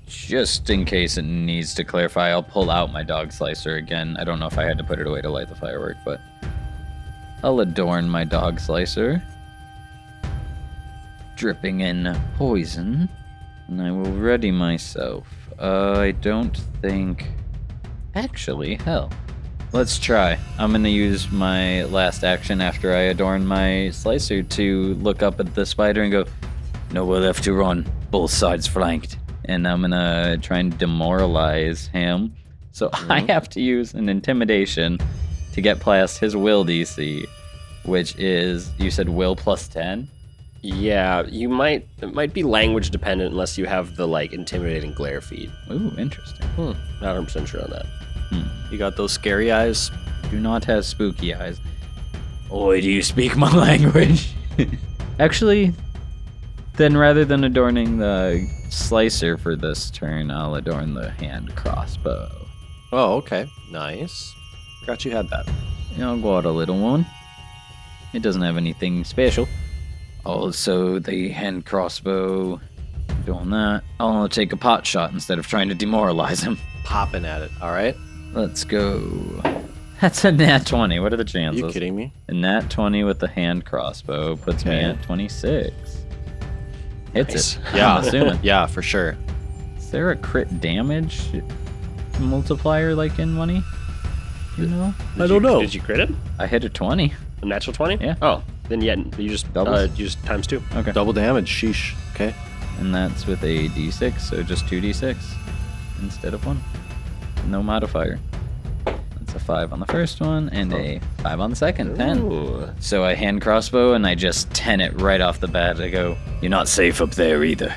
Speaker 6: just in case it needs to clarify, I'll pull out my dog slicer again. I don't know if I had to put it away to light the firework, but I'll adorn my dog slicer, dripping in poison, and I will ready myself. Uh, I don't think. Actually, hell. Let's try. I'm gonna use my last action after I adorn my slicer to look up at the spider and go, Nowhere left to run. Both sides flanked. And I'm gonna try and demoralize him. So [laughs] I have to use an intimidation to get past his will DC, which is you said will plus ten.
Speaker 3: Yeah, you might. It might be language dependent unless you have the like intimidating glare feed.
Speaker 6: Ooh, interesting.
Speaker 3: Not 100 percent sure on that.
Speaker 2: You got those scary eyes.
Speaker 6: Do not have spooky eyes.
Speaker 7: Oi, do you speak
Speaker 6: [laughs]
Speaker 7: my language?
Speaker 6: Actually, then rather than adorning the slicer for this turn, I'll adorn the hand crossbow.
Speaker 2: Oh, okay. Nice. Forgot you had that.
Speaker 6: I'll go out a little one. It doesn't have anything special. Also, the hand crossbow. Doing that. I'll take a pot shot instead of trying to demoralize him.
Speaker 2: Popping at it. All right.
Speaker 6: Let's go. That's a nat 20. What are the chances?
Speaker 2: you kidding me?
Speaker 6: A nat 20 with the hand crossbow puts me at 26. Hits it.
Speaker 2: [laughs]
Speaker 6: I'm assuming.
Speaker 2: yeah, for sure.
Speaker 6: Is there a crit damage multiplier like in money? You know?
Speaker 3: Did I don't know. Did you crit him?
Speaker 6: I hit a 20.
Speaker 3: A natural 20?
Speaker 6: Yeah.
Speaker 3: Oh, then yeah, you just
Speaker 6: Doubles?
Speaker 3: uh, you just times two.
Speaker 6: Okay.
Speaker 2: Double damage. Sheesh. Okay.
Speaker 6: And that's with a d6, so just 2d6 instead of 1. No modifier. That's a 5 on the first one and a 5 on the second. 10.
Speaker 3: Ooh.
Speaker 6: So I hand crossbow and I just 10 it right off the bat. I go,
Speaker 7: You're not safe up there either.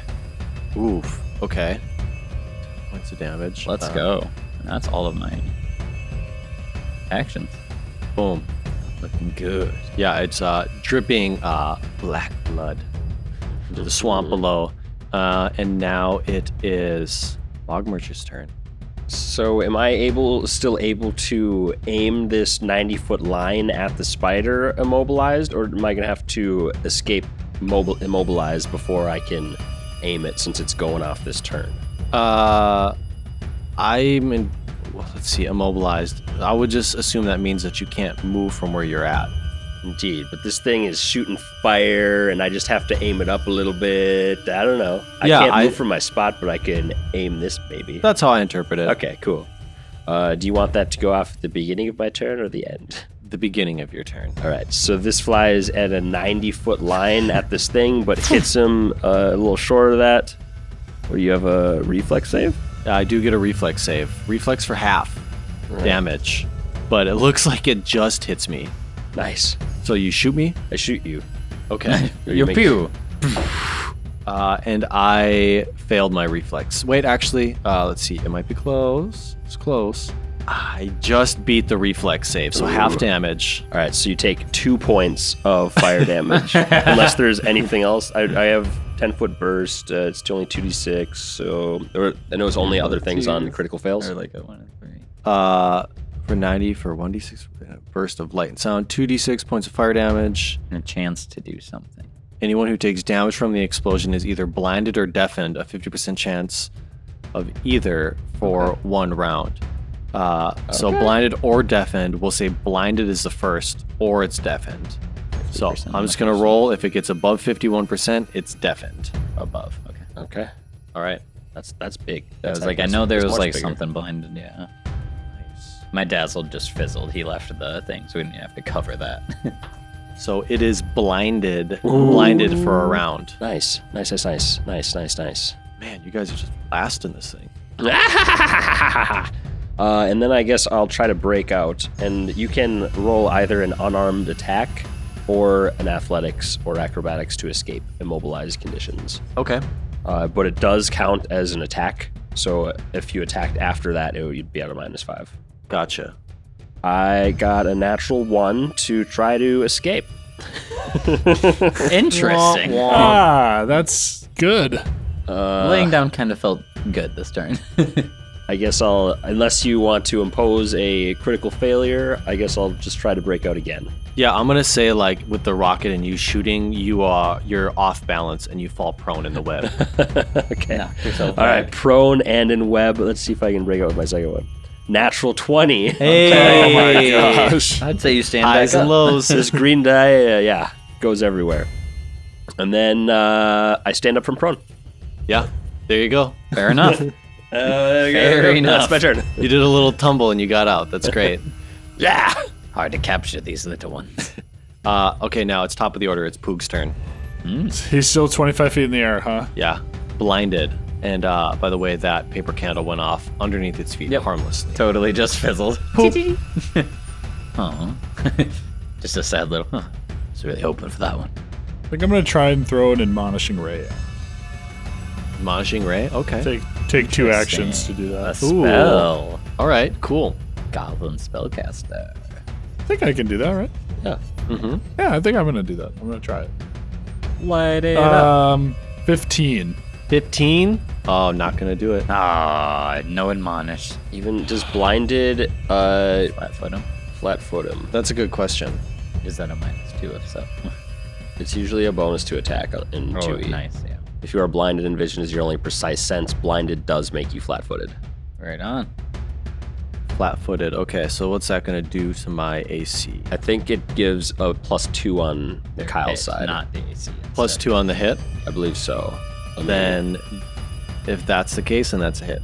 Speaker 2: Oof. Okay. Points of damage.
Speaker 6: let's
Speaker 2: Uh,
Speaker 6: go. And that's all of my actions.
Speaker 2: Boom.
Speaker 7: Looking good.
Speaker 2: Yeah, it's uh, dripping uh, black blood into the swamp below. Uh, and now it is Bogmerch's turn.
Speaker 3: So am I able, still able to aim this 90 foot line at the spider immobilized, or am I gonna have to escape mobile immobilized before I can aim it since it's going off this turn?
Speaker 2: Uh, I'm in. Well, let's see, immobilized. I would just assume that means that you can't move from where you're at.
Speaker 3: Indeed, but this thing is shooting fire, and I just have to aim it up a little bit. I don't know. I
Speaker 2: Yeah,
Speaker 3: can't
Speaker 2: I-
Speaker 3: move from my spot, but I can aim this baby.
Speaker 2: That's how I interpret it.
Speaker 3: Okay, cool. Uh, do you want that to go off at the beginning of my turn or the end?
Speaker 2: The beginning of your turn.
Speaker 3: All right, so this flies at a 90 foot line at this thing, but hits him uh, a little short of that. Or you have a reflex save?
Speaker 2: Uh, I do get a reflex save. Reflex for half damage. [laughs] But it looks like it just hits me.
Speaker 3: Nice.
Speaker 2: So you shoot me?
Speaker 3: I shoot you. [laughs]
Speaker 2: Okay.
Speaker 6: Your
Speaker 1: make-
Speaker 6: pew.
Speaker 2: Uh, and I failed my reflex. Wait, actually, uh, let's see. It might be close. It's close. I just beat the reflex save, so half damage.
Speaker 1: All right, so you take two points of fire damage, unless there's anything else. I, I have ten foot burst. Uh, it's only two d six, so or, and it was only other things on critical fails.
Speaker 6: Or like a one and three.
Speaker 2: Uh, for 90, for 1d6 uh, burst of light and sound, 2d6 points of fire damage.
Speaker 6: And a chance to do something.
Speaker 2: Anyone who takes damage from the explosion is either blinded or deafened, a 50% chance of either for one round. Uh, So blinded or deafened, we'll say blinded is the first, or it's deafened. So I'm just going to roll. If it gets above 51%, it's deafened.
Speaker 6: Above. Okay.
Speaker 1: Okay,
Speaker 2: All right.
Speaker 1: that's that's big.
Speaker 6: I
Speaker 1: That's
Speaker 6: was like, I
Speaker 1: that's-
Speaker 6: know there
Speaker 1: that's
Speaker 6: was
Speaker 1: much
Speaker 6: like
Speaker 1: bigger.
Speaker 6: something blinded. Yeah. My dazzled just fizzled. He left the thing, so we didn't have to cover that. [laughs]
Speaker 2: So it is blinded, blinded for a round.
Speaker 1: Nice, nice, nice, nice, nice, nice, nice.
Speaker 2: Man, you guys are just blasting this thing.
Speaker 1: Uh, and then I guess I'll try to break out, and you can roll either an unarmed attack or an athletics or acrobatics to escape immobilized conditions.
Speaker 2: Okay.
Speaker 1: Uh, but it does count as an attack. So if you attacked after that, it would you'd be out of minus five.
Speaker 2: Gotcha.
Speaker 1: I got a natural one to try to escape.
Speaker 6: Interesting. Uh,
Speaker 5: Ah, that's good.
Speaker 6: Laying down kind of felt good this [laughs] turn.
Speaker 1: I guess I'll, unless you want to impose a critical failure, I guess I'll just try to break out again. [laughs]
Speaker 2: Yeah, I'm gonna say like with the rocket and you shooting, you are you're off balance and you fall prone in the web.
Speaker 1: okay.
Speaker 6: [laughs]
Speaker 1: All right, prone and in web. Let's see if I can break out with my second one. Natural 20.
Speaker 2: hey,
Speaker 5: Gosh.
Speaker 6: I'd say you stand
Speaker 2: eyes
Speaker 6: Oh back up.
Speaker 2: lows.
Speaker 1: this green dye, uh, yeah, goes everywhere. And then uh, I [laughs] stand up from prone.
Speaker 2: yeah, there you go.
Speaker 6: Fair enough. [laughs] Fair enough.
Speaker 1: That's my turn.
Speaker 2: You did a little tumble and you got out.
Speaker 1: [laughs]
Speaker 2: That's great.
Speaker 1: Yeah.
Speaker 6: Hard to capture these little ones. [laughs]
Speaker 2: Uh, okay, now it's top of the order. It's Poog's turn.
Speaker 5: He's still 25 feet in the air, huh?
Speaker 2: Yeah, blinded. And uh, by the way, that paper candle went off underneath its feet harmlessly.
Speaker 6: totally just fizzled. [laughs] Oh, [laughs] just a sad little. Huh. I was really hoping for that one.
Speaker 5: I think I'm gonna try and throw an admonishing ray. At.
Speaker 2: Monishing ray. Okay.
Speaker 5: Take take two actions to do
Speaker 6: A
Speaker 5: that.
Speaker 6: spell.
Speaker 2: All right. Cool.
Speaker 6: Goblin spellcaster.
Speaker 5: I think I can do that, right?
Speaker 1: Yeah.
Speaker 5: Yeah, I think I'm gonna do that. I'm gonna try it.
Speaker 6: Light it
Speaker 5: Um, 15.
Speaker 2: Uh, Fifteen. Oh, not gonna do it.
Speaker 6: Ah, no admonish.
Speaker 1: Even just blinded, uh,
Speaker 6: Flat foot him.
Speaker 1: flat foot him.
Speaker 2: That's a good question.
Speaker 6: Is that a minus two if so? [laughs]
Speaker 1: It's usually a bonus to attack on- in 2e.
Speaker 6: Oh, nice. Yeah.
Speaker 1: If you are blinded and vision is your only precise sense, blinded does make you flat footed.
Speaker 6: Right on.
Speaker 2: Flat-footed. Okay, so what's that gonna do to my AC?
Speaker 1: I think it gives a plus two on the Kyle's
Speaker 6: It's
Speaker 1: side.
Speaker 6: Not the AC.
Speaker 2: Plus two on the hit.
Speaker 1: I believe so. Let me-
Speaker 2: Then, if that's the case, then that's a hit.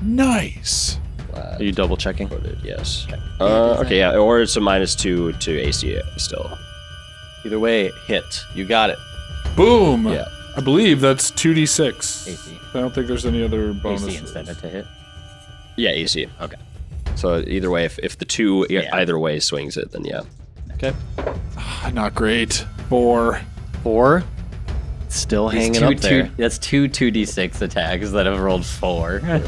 Speaker 5: Nice.
Speaker 2: Are you double checking?
Speaker 1: Footed, Uh, yes. Uh, okay, yeah, or it's a minus two to AC still.
Speaker 2: Either way, hit. You got it.
Speaker 5: Boom.
Speaker 1: Yeah.
Speaker 5: I believe that's 2d6.
Speaker 6: AC.
Speaker 5: I don't think there's any other bonus.
Speaker 6: AC instead of to hit.
Speaker 1: Yeah, AC. Okay. So either way, if, if the two e-
Speaker 6: Yeah.
Speaker 1: either way swings it, then yeah.
Speaker 2: Okay.
Speaker 5: Ah, Not great. Four.
Speaker 2: Four. Still hanging
Speaker 6: two,
Speaker 2: up there.
Speaker 6: Two, that's two 2d6 attacks that have
Speaker 2: [laughs]
Speaker 6: rolled four. Could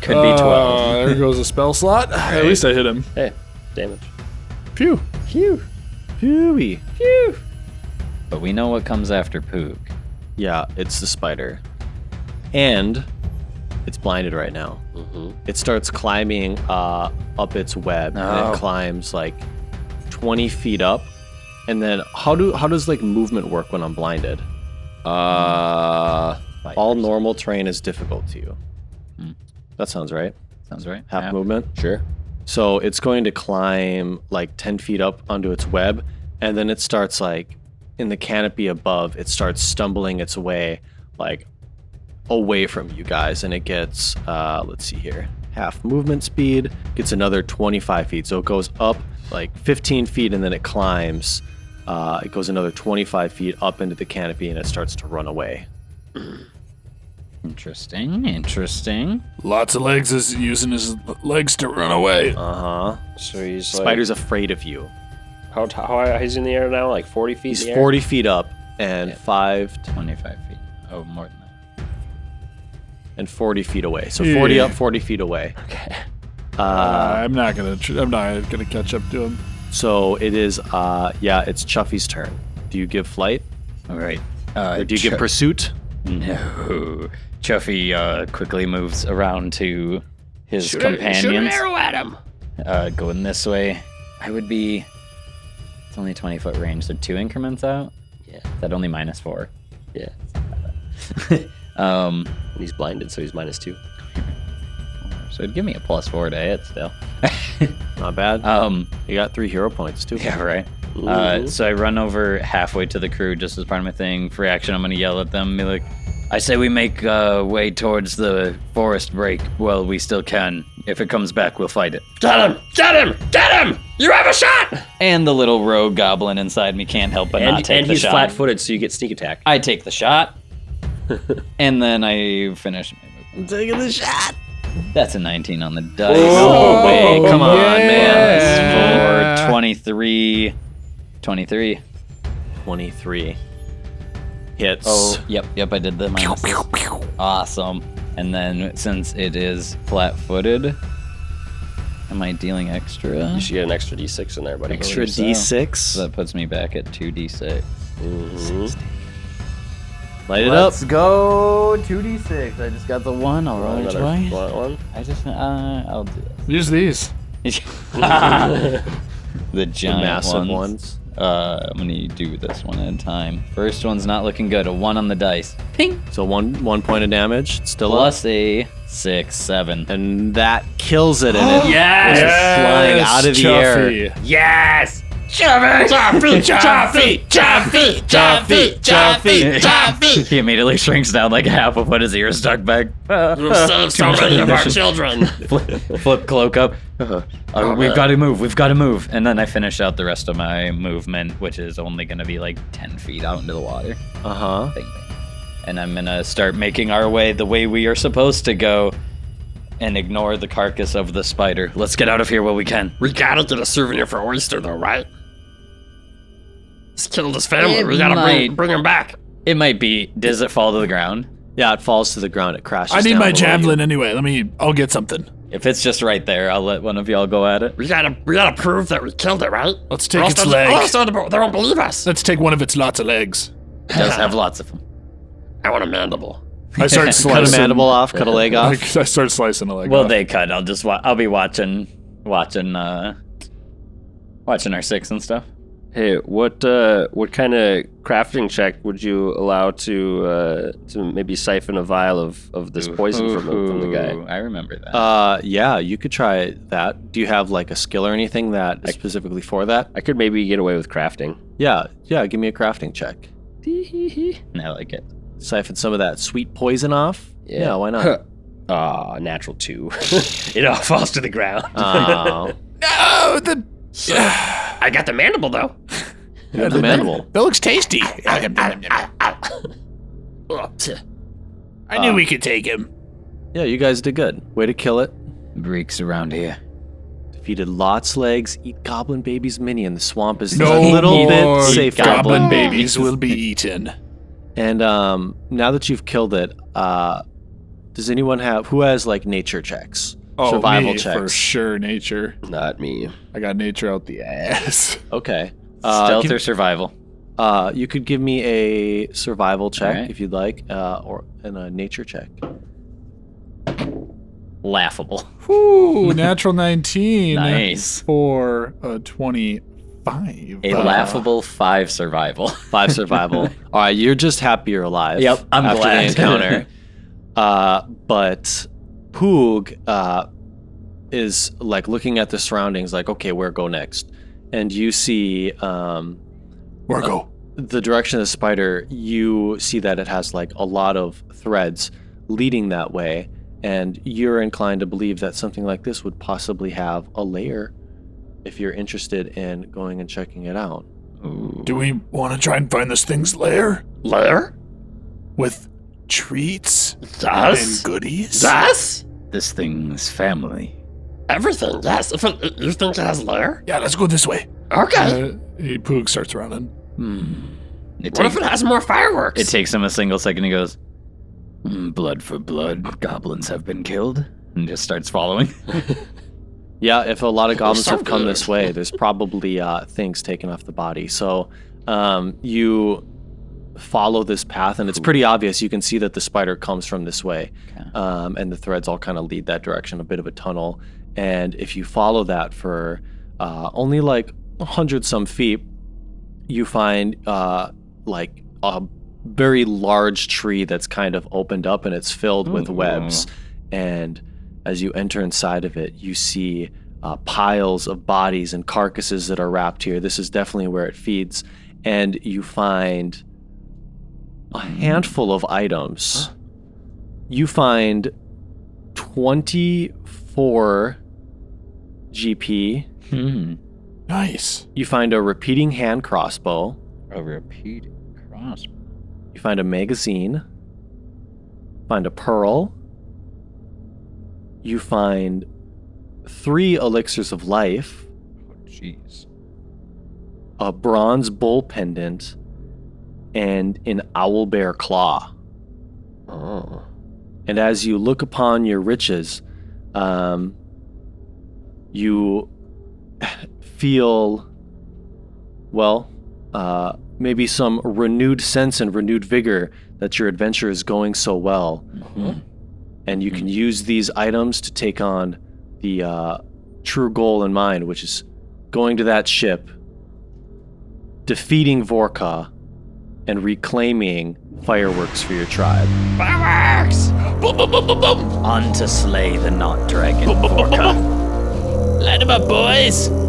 Speaker 6: be 12.
Speaker 5: Uh, there goes a spell slot. At least I hit him.
Speaker 1: Hey, damage.
Speaker 5: Phew.
Speaker 2: Phewy. Oh.
Speaker 6: But we know what comes after Poog.
Speaker 2: Yeah, it's the spider. And it's blinded right now.
Speaker 1: Mm-hmm.
Speaker 2: It starts climbing uh, up its web, and
Speaker 6: No.
Speaker 2: it climbs like 20 feet up. And then, how do how does like movement work when I'm blinded? Uh, all normal terrain is difficult to you.
Speaker 6: Hmm.
Speaker 2: That sounds right.
Speaker 6: Sounds right?
Speaker 2: Half
Speaker 6: Yeah.
Speaker 2: movement.
Speaker 1: Sure.
Speaker 2: So it's going to climb like 10 feet up onto its web, and then it starts like in the canopy above, it starts stumbling its way like away from you guys, and it gets, uh, let's see here, half movement speed, gets another 25 feet. So it goes up like 15 feet and then it climbs. Uh, it goes another 25 feet up into the canopy and it starts to run away.
Speaker 6: Interesting. Interesting.
Speaker 5: Lots of legs is using his legs to run away.
Speaker 2: Uh huh.
Speaker 1: So he's
Speaker 2: Spider's afraid of you.
Speaker 3: How t- how high he's in the air now? Like forty feet.
Speaker 2: He's
Speaker 3: in the air?
Speaker 2: 40 feet up and
Speaker 6: Yeah.
Speaker 2: 5 t-
Speaker 6: 25 feet. Oh, more than that.
Speaker 2: and 40 feet away. So 40
Speaker 5: Yeah.
Speaker 2: up, 40 feet away.
Speaker 5: Uh, I'm not gonna. Tr- I'm not gonna catch up to him.
Speaker 2: So it is, uh, yeah, it's Chuffy's turn. Do you give flight
Speaker 6: All right. Uh,
Speaker 2: or do you give pursuit?
Speaker 6: No. Chuffy uh, quickly moves around to his companions.
Speaker 3: at him.
Speaker 6: uh, going this way. I would be. It's only 20 foot range, so two increments out?
Speaker 3: Yeah.
Speaker 6: That only minus four.
Speaker 3: Yeah,
Speaker 6: Um,
Speaker 3: and he's blinded, so he's minus two.
Speaker 6: so it'd give me a plus four to hit still.
Speaker 2: Not bad.
Speaker 6: um,
Speaker 2: you got three hero points too.
Speaker 6: yeah, right.
Speaker 3: Mm-hmm.
Speaker 6: Uh, so I run over halfway to the crew just as part of my thing. For action, I'm going to yell at them. Be like, I say we make uh, way towards the forest break. Well, we still can. If it comes back, we'll fight it.
Speaker 3: Get him! Get him! Get him! You have a shot!
Speaker 6: And the little rogue goblin inside me can't help but not
Speaker 3: And,
Speaker 6: take
Speaker 3: and
Speaker 6: the
Speaker 3: he's
Speaker 6: shot.
Speaker 3: flat-footed, so you get sneak attack.
Speaker 6: I take
Speaker 3: [laughs]
Speaker 6: the shot, and then I finish. My movement.
Speaker 2: Taking the shot.
Speaker 6: That's a 19 on the dice.
Speaker 5: Oh,
Speaker 6: no way! Come on, man.
Speaker 5: yeah.
Speaker 6: That's for 23. 23.
Speaker 2: 23 hits.
Speaker 6: Oh, yep, yep. I did the minuses. Awesome. And then since it is flat-footed, am I dealing extra?
Speaker 3: You should get an extra d6 in there, buddy.
Speaker 2: Extra
Speaker 6: so.
Speaker 2: d6.
Speaker 6: So that puts me back at 2d6.
Speaker 3: Mhm.
Speaker 2: Light it up.
Speaker 6: go 2d6. I just got the one. I'll roll
Speaker 3: Another blunt one.
Speaker 6: I just uh, I'll do it.
Speaker 5: Use these.
Speaker 6: the
Speaker 2: The
Speaker 6: giant
Speaker 2: massive
Speaker 6: ones.
Speaker 2: ones.
Speaker 6: Uh, I'm gonna do this one at a time. First one's not looking good. A one on the dice. Ping.
Speaker 2: So one one point of damage. It's Still up.
Speaker 6: Plus a six, seven.
Speaker 2: And that kills it in
Speaker 6: Oh,
Speaker 2: it.
Speaker 3: Yes!
Speaker 2: flying out of the air.
Speaker 5: Chuffy.
Speaker 3: Yes! Chaffy! Chaffy! Chaffy! Chaffy! Chaffy!
Speaker 6: [laughs] he immediately shrinks down like half of what his ear is stuck back.
Speaker 3: So, so many of our children!
Speaker 6: flip, [laughs] flip cloak up.
Speaker 2: Uh-huh.
Speaker 6: Uh,
Speaker 2: Oh,
Speaker 6: uh, we've got to move. We've got to move. And then I finish out the rest of my movement, which is only gonna be like ten feet out into the water.
Speaker 2: Uh huh.
Speaker 6: Bing, bing. And I'm gonna start making our way the way we are supposed to go and ignore the carcass of the spider. Let's get out of here while we can.
Speaker 3: We gotta get a souvenir for Oyster, though, right? He's killed his family.
Speaker 6: It
Speaker 3: we gotta bring,
Speaker 6: might.
Speaker 3: bring him back.
Speaker 6: It might be. Does it fall to the ground?
Speaker 2: Yeah, it falls to the ground. It crashes.
Speaker 5: I need
Speaker 2: down
Speaker 5: my
Speaker 2: below
Speaker 5: javelin anyway. Let me. I'll get something.
Speaker 6: If it's just right there, I'll let one of y'all go at it.
Speaker 3: We gotta, we gotta prove that we killed it, right?
Speaker 5: Let's
Speaker 3: Or
Speaker 5: take
Speaker 3: else
Speaker 5: its
Speaker 3: they'll- or else
Speaker 5: leg.
Speaker 3: they'll- they won't believe us.
Speaker 5: Let's take one of its lots of legs.
Speaker 6: It
Speaker 2: [laughs]
Speaker 6: does have lots of them.
Speaker 3: I want a mandible.
Speaker 5: I start
Speaker 2: you. Cut a
Speaker 5: slicing.
Speaker 2: mandible [laughs] off. Cut a
Speaker 6: [laughs]
Speaker 2: leg
Speaker 5: I, I
Speaker 2: off.
Speaker 5: start slicing a leg.
Speaker 6: Well,
Speaker 5: off.
Speaker 6: they cut. I'll just wa- I'll be watching, watching, uh, watching our six and stuff.
Speaker 3: Hey, what uh, what kind of crafting check would you allow to uh, to maybe siphon a vial of, of this poison from, the- from the guy?
Speaker 6: Ooh, I remember that.
Speaker 2: Uh, yeah, you could try that. Do you have like a skill or anything that is specifically for that?
Speaker 3: I could maybe get away with crafting.
Speaker 2: Yeah, yeah. Give me a crafting check.
Speaker 6: [laughs] I like it.
Speaker 2: Siphon some of that sweet poison off. Yeah, why not?
Speaker 3: [laughs] Ah, natural two. it all falls to the ground. [laughs]
Speaker 2: Oh,
Speaker 5: Oh, the,
Speaker 3: I got the mandible though.
Speaker 2: you have the mandible.
Speaker 5: that looks tasty. I
Speaker 3: Oh, t-
Speaker 5: knew we could take him.
Speaker 2: Yeah, you guys did good. Way to kill it.
Speaker 6: Breaks around here.
Speaker 2: Defeated lots legs. Eat goblin babies mini in the swamp is
Speaker 5: No
Speaker 2: a little
Speaker 5: more
Speaker 2: bit safer.
Speaker 5: goblin babies will be eaten.
Speaker 2: And um, now that you've killed it, uh, does anyone have who has like nature checks,
Speaker 5: Oh,
Speaker 2: survival
Speaker 5: me,
Speaker 2: checks?
Speaker 5: for sure. Nature.
Speaker 3: Not me.
Speaker 5: I got nature out the [laughs] ass.
Speaker 2: Okay. Uh,
Speaker 6: Stealth
Speaker 2: give-
Speaker 6: or survival?
Speaker 2: Uh, you could give me a survival check
Speaker 6: Alright.
Speaker 2: if you'd like, uh, or and a nature check.
Speaker 6: Laughable.
Speaker 5: Ooh, natural nineteen.
Speaker 6: Nice.
Speaker 5: For a twenty-five.
Speaker 6: [laughs] A
Speaker 5: Uh,
Speaker 6: laughable five survival.
Speaker 2: Five
Speaker 6: [laughs]
Speaker 2: survival. All right, you're just happy you're alive.
Speaker 6: Yep, I'm
Speaker 2: after
Speaker 6: glad.
Speaker 2: the
Speaker 6: [laughs]
Speaker 2: encounter. uh, but Poog uh, is like looking at the surroundings, like, okay, where go next? And you see um,
Speaker 5: Wargo.
Speaker 2: the direction of the spider, you see that it has like a lot of threads leading that way, and you're inclined to believe that something like this would possibly have a layer if you're interested in going and checking it out.
Speaker 5: Do we want to try and find this thing's lair
Speaker 3: Lair?
Speaker 5: with treats and
Speaker 3: Yes.
Speaker 5: goodies?
Speaker 3: Yes.
Speaker 6: This thing's family.
Speaker 3: Everything. Yes. If it, you think it has lair?
Speaker 5: Yeah, let's go this way.
Speaker 3: Okay.
Speaker 5: Uh, he Poog starts running.
Speaker 6: It
Speaker 3: What if
Speaker 6: takes,
Speaker 3: it has more fireworks?
Speaker 6: it takes him a single second. He goes, "Mm, "Blood for blood. Goblins have been killed," and just starts following. [laughs]
Speaker 2: Yeah, if a lot of goblins
Speaker 3: so
Speaker 2: have come
Speaker 3: good.
Speaker 2: this way, there's probably uh, things taken off the body. So um, you follow this path, and it's pretty obvious. You can see that the spider comes from this way,
Speaker 6: Okay.
Speaker 2: um, and the threads all kind of lead that direction, a bit of a tunnel. And if you follow that for uh, only like a hundred some feet, you find uh, like a very large tree that's kind of opened up and it's filled with
Speaker 6: Ooh.
Speaker 2: webs. And as you enter inside of it, you see uh, piles of bodies and carcasses that are wrapped here. This is definitely where it feeds. And you find a handful of items. You find 24 GP.
Speaker 6: Hmm.
Speaker 5: Nice.
Speaker 2: You find a repeating hand crossbow.
Speaker 6: A repeating cross.
Speaker 2: You find a magazine. Find a pearl. You find three elixirs of life,
Speaker 6: Oh, jeez.
Speaker 2: a bronze bull pendant, and an owl bear claw.
Speaker 3: Oh.
Speaker 2: And as you look upon your riches, um, you feel, well, uh, maybe some renewed sense and renewed vigor that your adventure is going so well. And you can use these items to take on the uh, true goal in mind, which is going to that ship, defeating Vorka, and reclaiming fireworks for your tribe.
Speaker 7: On to slay the not dragon. Let him up, boys.